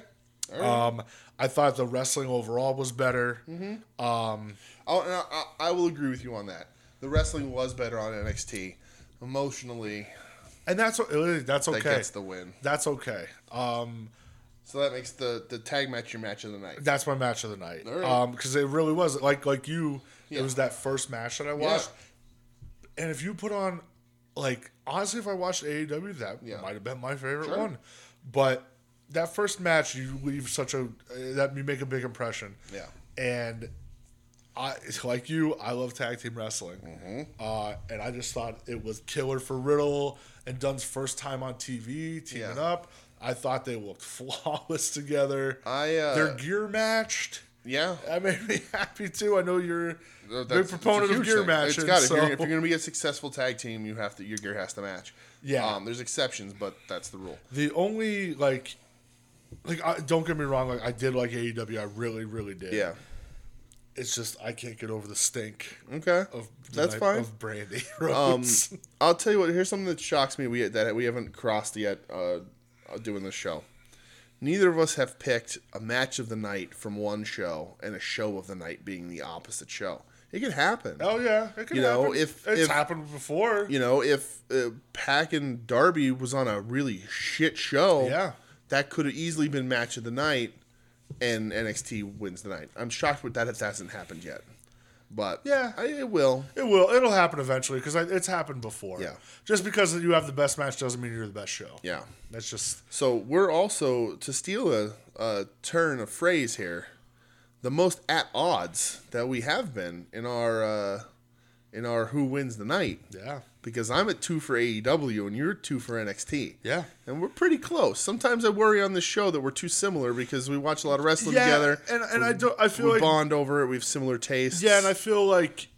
S1: All right. Mm-hmm.
S2: Um, I thought the wrestling overall was better.
S1: I'll, and I, I I will agree with you on that. The wrestling was better on NXT. Emotionally,
S2: And that's o- that's
S1: that
S2: okay.
S1: gets the win.
S2: that's okay. Um,
S1: So that makes the, the tag match your match of the night.
S2: that's my match of the night.
S1: right.
S2: Um, because it really was like like you.
S1: Yeah.
S2: It was that first match that I watched, and if you put on, like honestly, if I watched AEW, that
S1: Yeah.
S2: might have been my favorite
S1: Sure.
S2: one. But that first match, you leave such a uh, that you make a big impression.
S1: Yeah.
S2: and I like you. I love tag team wrestling,
S1: Mm-hmm.
S2: uh, and I just thought it was killer for Riddle and Dunn's first time on TV teaming
S1: Yeah.
S2: up. I thought they looked flawless together.
S1: I, uh,
S2: Their gear matched.
S1: yeah.
S2: That made me happy too. I know you're
S1: No,
S2: a big
S1: that's-
S2: proponent
S1: it's a
S2: of
S1: huge
S2: gear
S1: thing.
S2: matches.
S1: It's got it.
S2: so-
S1: If you're, going to be a successful tag team, you have to your gear has to match.
S2: Yeah.
S1: Um, there's exceptions, but that's the rule.
S2: The only like, like I, don't get me wrong. Like I did like AEW. I really, really did.
S1: Yeah.
S2: It's just I can't get over the stink
S1: Okay.
S2: of the
S1: Mm. that's
S2: night-
S1: fine.
S2: of Brandy Rhodes.
S1: Um, I'll tell you what. Here's something that shocks me. We that we haven't crossed yet uh, uh, doing this show. Neither of us have picked a match of the night from one show and a show of the night being the opposite show. It could happen.
S2: oh yeah, it can
S1: You know,
S2: happen.
S1: if-
S2: it's
S1: if-
S2: happened before,
S1: You know, if uh, Pack and Darby was on a really shit show,
S2: Yeah.
S1: that could have easily been match of the night, and NXT wins the night. I'm shocked with that it hasn't happened yet, but
S2: Yeah.
S1: I, it will.
S2: it will. It'll happen eventually because it's happened before.
S1: Yeah.
S2: Just because you have the best match doesn't mean you're the best show.
S1: Yeah.
S2: That's just
S1: So we're also to steal a, a turn of phrase here, the most at odds that we have been in our uh, in our who wins the night.
S2: yeah.
S1: Because I'm at two for AEW and you're at two for NXT.
S2: Yeah.
S1: And we're pretty close. Sometimes I worry on this show that we're too similar because we watch a lot of wrestling
S2: Yeah,
S1: together.
S2: and and I don't. I feel
S1: we
S2: like
S1: bond over it. We have similar tastes.
S2: yeah, and I feel like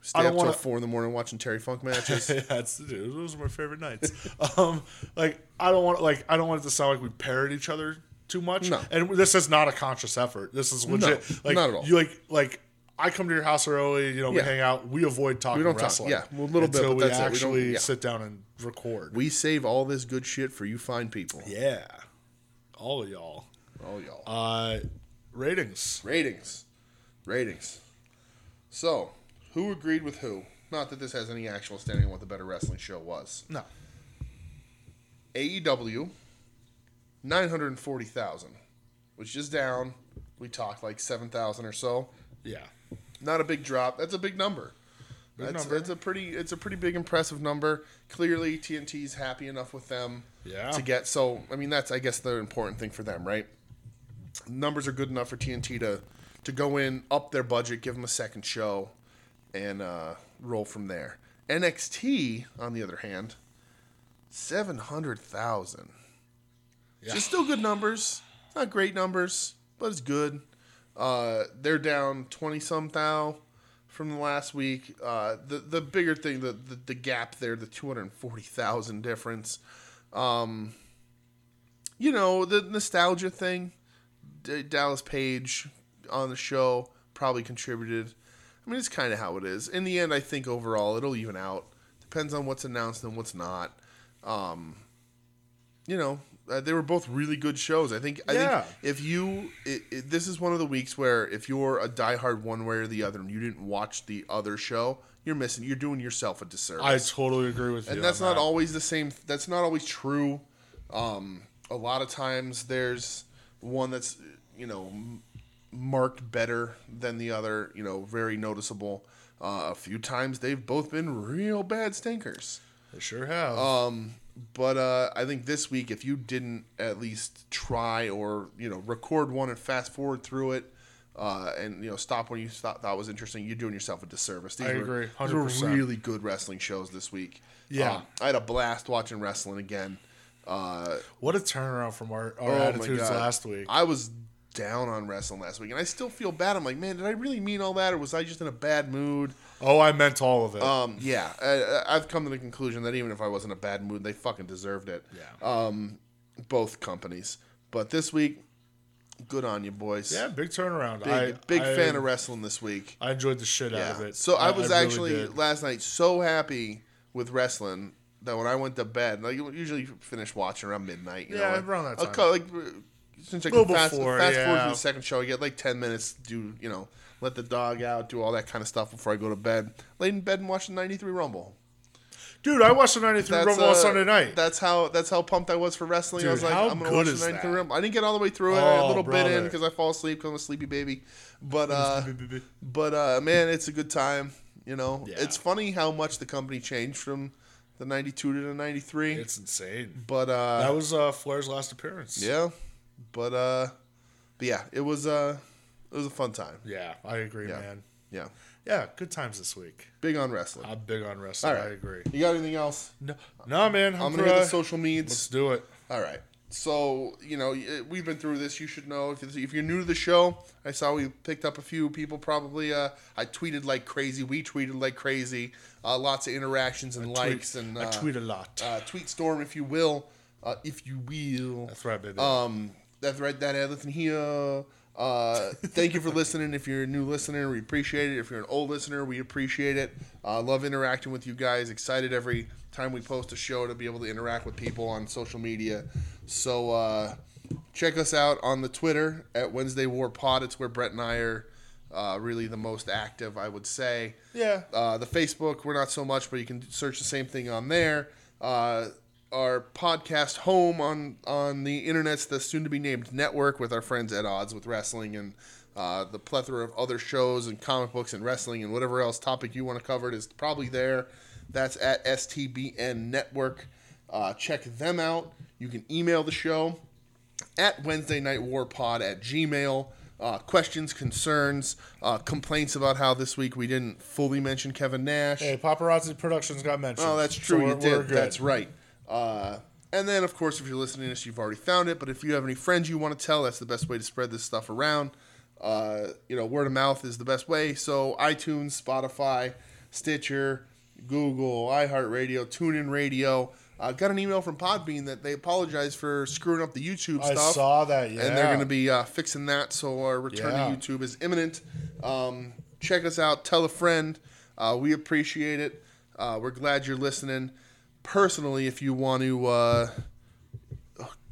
S1: stay
S2: I don't
S1: up till
S2: wanna-
S1: four in the morning watching Terry Funk matches.
S2: that's dude, those are my favorite nights. um, like I don't want like I don't want it to sound like we parrot each other too much.
S1: No.
S2: And this is not a conscious effort. This is legit. like
S1: not at all.
S2: You like like I come to your house early. You know we
S1: Yeah.
S2: hang out. We avoid talking. We
S1: don't talk,
S2: wrestling.
S1: yeah, well, a little bit,
S2: until
S1: but
S2: we
S1: that's it. We don't-
S2: actually
S1: yeah.
S2: sit down and record.
S1: we save all this good shit for you fine people.
S2: yeah, all of y'all.
S1: All Oh, y'all.
S2: Uh, Ratings.
S1: Ratings. Ratings. So, who agreed with who? Not that this has any actual standing on what the better wrestling show was. E
S2: No.
S1: AEW, 940,000, which is down. We talked like 7,000 or so.
S2: Yeah.
S1: Not a big drop. That's a big number.
S2: Big
S1: that's,
S2: number.
S1: that's a pretty it's a pretty big impressive number. Clearly TNT's happy enough with them
S2: Yeah.
S1: to get so I mean that's I guess the important thing for them, right? Numbers are good enough for TNT to to go in, up their budget, give them a second show, and uh, roll from there. NXT, on the other hand, seven hundred thousand.
S2: Yeah.
S1: Just still good numbers. Not great numbers, but it's good. Uh, they're down twenty some thou from the last week. Uh, the the bigger thing, the the, the gap there, the two hundred forty thousand difference. Um, you know the nostalgia thing. D- Dallas Page on the show probably contributed. I mean, it's kind of how it is. In the end, I think overall it'll even out. Depends on what's announced and what's not Um, you know, uh, they were both really good shows. I think. I
S2: Yeah.
S1: think if you, it, it, this is one of the weeks where if you're a diehard one way or the other, and you didn't watch the other show, you're missing. You're doing yourself a disservice.
S2: I totally agree with you.
S1: and that's
S2: on
S1: not
S2: that.
S1: always the same. That's not always true. Um, a lot of times there's one that's you know m- marked better than the other. You know, very noticeable. Uh, a few times they've both been real bad stinkers.
S2: They sure have.
S1: Uh, But uh, I think this week, if you didn't at least try or you know record one and fast forward through it, uh, and you know stop when you thought that was interesting, you're doing yourself a disservice. These
S2: I
S1: were,
S2: agree,
S1: These were
S2: 100%.
S1: really good wrestling shows this week.
S2: Yeah.
S1: Um, I had a blast watching wrestling again. Uh,
S2: what a turnaround from our, our
S1: oh my
S2: attitudes
S1: God.
S2: last week.
S1: I was down on wrestling last week, and I still feel bad. I'm like, man, did I really mean all that, or was I just in a bad mood?
S2: oh, I meant all of it.
S1: Um, yeah, I- I, I've come to the conclusion that even if I was in a bad mood, they fucking deserved it.
S2: yeah.
S1: both companies. But this week, good on you boys.
S2: yeah, big turnaround.
S1: big,
S2: I,
S1: big
S2: I-
S1: fan of wrestling this week.
S2: I enjoyed the shit out of
S1: Yeah.
S2: it.
S1: So I, was
S2: really
S1: actually
S2: did.
S1: last night so happy with wrestling that when I went to bed, like usually finish watching around midnight. You
S2: Yeah,
S1: know, like,
S2: around that
S1: I'll
S2: time.
S1: cut, like uh, since I
S2: Little
S1: can fast,
S2: before,
S1: fast forward to
S2: yeah.
S1: the second show, I get like ten minutes. to Do you know? Let the dog out, do all that kind of stuff before I go to bed. Laid in bed and watched the '93 Rumble.
S2: dude. I watched the '93 Rumble on
S1: uh,
S2: Sunday night.
S1: That's how that's how pumped I was for wrestling. I
S2: Dude,
S1: was like,
S2: how
S1: I'm gonna
S2: good
S1: watch
S2: is
S1: the 93
S2: that?
S1: Rumble. I didn't get all the way through it. I had a
S2: Oh,
S1: little bit in
S2: brother.
S1: because I fall asleep because I'm a sleepy baby. But uh, but uh, man, it's a good time. You know,
S2: Yeah.
S1: it's funny how much the company changed from the '92 to the '93.
S2: it's insane.
S1: but uh,
S2: That was uh, Flair's last appearance.
S1: yeah, but uh, but yeah, it was uh, it was a fun time.
S2: yeah, I agree, man.
S1: Yeah,
S2: Yeah, good times this week.
S1: big on wrestling.
S2: I'm big on wrestling.
S1: All right.
S2: I agree.
S1: You got anything else?
S2: No, no, man. I'm,
S1: I'm gonna
S2: gonna
S1: hit the social meds.
S2: Let's do it.
S1: All right. So you know y- we've been through this. You should know if, if you're new to the show. I saw we picked up a few people. Probably uh, I tweeted like crazy. We tweeted like crazy. Uh, lots of interactions and likes
S2: Tweet-
S1: and
S2: I
S1: uh,
S2: tweet a lot.
S1: uh, tweet storm, if you will, uh, if you will.
S2: That's right, baby.
S1: Um, that's right. That uh, listen here. Uh, thank you for listening. If you're a new listener, we appreciate it. If you're an old listener, we appreciate it. Uh, love interacting with you guys. Excited every time we post a show to be able to interact with people on social media. So uh, check us out on the Twitter at Wednesday War Pod. It's where Brett and I are uh, really the most active, I would say.
S2: Yeah.
S1: Uh, the Facebook, we're not so much, but you can search the same thing on there. Uh, our podcast home on on the internet's the soon to be named network with our friends at odds with wrestling and uh, the plethora of other shows and comic books and wrestling and whatever else topic you want to cover is probably there. That's at STBN Network. Uh, check them out. You can email the show at Wednesday Night War Pod at Gmail. Uh, questions, concerns, uh, complaints about how this week we didn't fully mention Kevin Nash.
S2: hey, paparazzi productions got mentioned.
S1: Oh, that's true.
S2: So
S1: you
S2: we're- we're
S1: did.
S2: good.
S1: That's right. Uh, and then, of course, if you're listening to this, you've already found it. But if you have any friends you want to tell, that's the best way to spread this stuff around. Uh, you know, word of mouth is the best way. So iTunes, Spotify, Stitcher, Google, iHeartRadio, TuneIn Radio. I got an email from Podbean that they apologized for screwing up the YouTube
S2: I
S1: stuff
S2: saw that. Yeah,
S1: and they're going to be uh, fixing that. So our return
S2: Yeah.
S1: to YouTube is imminent. Um, check us out. Tell a friend. Uh, we appreciate it. Uh, we're glad you're listening. Personally, if you want to uh,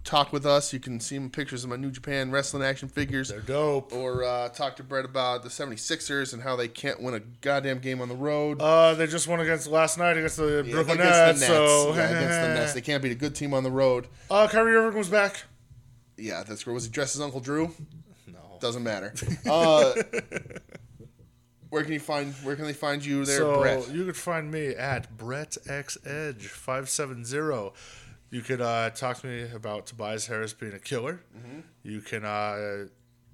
S1: talk with us. You can see pictures of my New Japan wrestling action figures.
S2: They're dope.
S1: Or uh, talk to Brett about the 76ers and how they can't win a goddamn game on the road.
S2: Uh, they just won against last night against the
S1: Yeah,
S2: Brooklyn
S1: against
S2: Nets.
S1: the Nets.
S2: So
S1: yeah, against the Nets. They can't beat a good team on the road.
S2: Uh, Kyrie Irving was back.
S1: Yeah, that's where was he dressed as Uncle Drew?
S2: No.
S1: Doesn't matter. Uh, where can you find? Where can they find you there,
S2: so
S1: Brett?
S2: you could find me at Brett X Edge five seven zero. You could uh, talk to me about Tobias Harris being a killer.
S1: Mm-hmm.
S2: You can uh,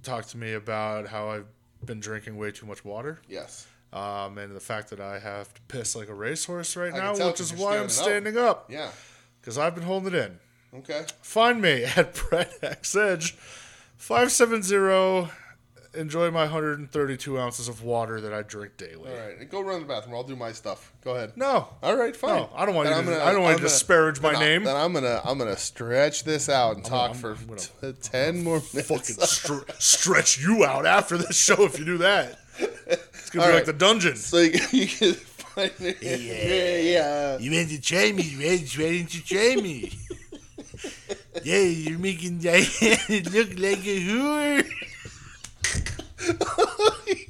S2: talk to me about how I've been drinking way too much water.
S1: Yes.
S2: Um, and the fact that I have to piss like a racehorse right
S1: I can
S2: now,
S1: tell
S2: which
S1: 'cause
S2: is
S1: you're
S2: why I'm
S1: standing
S2: standing up
S1: Yeah.
S2: because I've been holding it in.
S1: Okay.
S2: Find me at Brett X Edge 570. Enjoy my 132 ounces of water that I drink daily.
S1: All right. Go run to the bathroom. I'll do my stuff. Go ahead.
S2: No.
S1: All right. Fine.
S2: No, I don't want
S1: Then
S2: you
S1: I'm
S2: to-
S1: gonna-
S2: I don't want
S1: I'm
S2: you
S1: gonna-
S2: to disparage my
S1: then I-
S2: name.
S1: Then I'm gonna I'm gonna stretch this out and talk for
S2: I'm gonna-
S1: t- ten more minutes.
S2: Fucking str- stretch you out after this show if you do that. It's going to
S1: All
S2: be
S1: right.
S2: like the dungeon.
S1: So you, can- you can find me. Yeah.
S3: You went to try me, right? Why didn't you try me? yeah, you're making Diana look like a whore.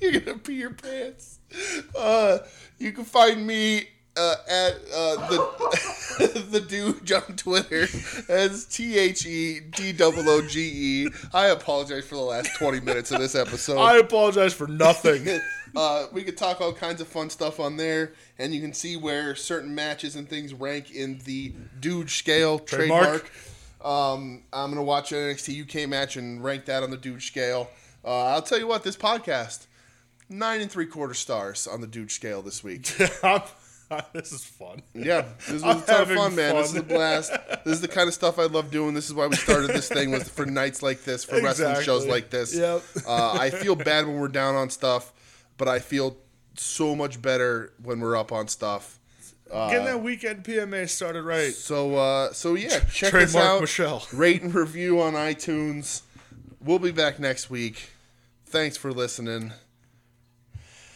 S1: You're gonna pee your pants. Uh, you can find me uh, at uh, the the dude on Twitter as T H E D O O G E. I apologize for the last twenty minutes of this episode.
S2: I apologize for nothing.
S1: uh, we could talk all kinds of fun stuff on there, and you can see where certain matches and things rank in the dude scale trademark.
S2: Trademark.
S1: Um, I'm gonna watch an NXT UK match and rank that on the dude scale. Uh, I'll tell you what, this podcast nine and three quarter stars on the dude scale this week.
S2: I'm- this is fun.
S1: Yeah, this was
S2: I'm
S1: a ton of
S2: having
S1: fun, man. This is
S2: fun.
S1: a blast. This is the kind of stuff I love doing. This is why we started this thing was for nights like this, for wrestling
S2: Exactly.
S1: shows like this.
S2: Yep.
S1: uh, I feel bad when we're down on stuff, but I feel so much better when we're up on stuff.
S3: Uh,
S2: Getting that weekend PMA started right.
S1: So, uh, so yeah, check us
S2: Trademark
S1: out.
S2: Michelle.
S1: Rate and review on iTunes. We'll be back next week. Thanks for listening.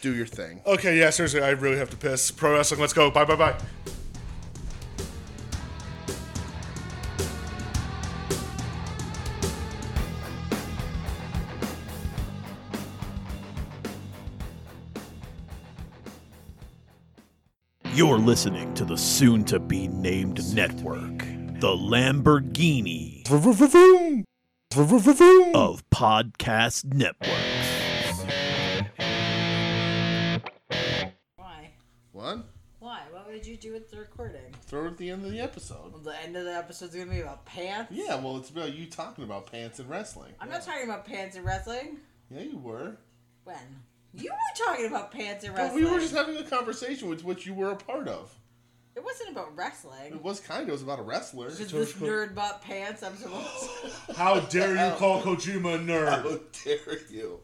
S1: Do your thing.
S2: Okay, yeah, seriously, I really have to piss. Pro wrestling, let's go. Bye, bye, bye.
S4: You're listening to the soon to be named network, the Lamborghini of podcast networks.
S5: Why?
S1: One,
S5: Why? What would you do with the recording?
S1: throw it at the end of the episode.
S5: Well, the end of the episode's gonna be about pants.
S1: Yeah, well, it's about you talking about pants and wrestling.
S5: I'm not talking about pants and wrestling.
S1: Yeah, you were.
S5: When? You were talking about pants and
S1: But
S5: wrestling.
S1: we were just having a conversation with which you were a part of.
S5: it wasn't about
S1: It
S5: wrestling.
S1: was kind of. It was about a wrestler.
S5: Because this nerd bought pants. I'm supposed.
S2: How dare you call Kojima a nerd?
S1: How dare you?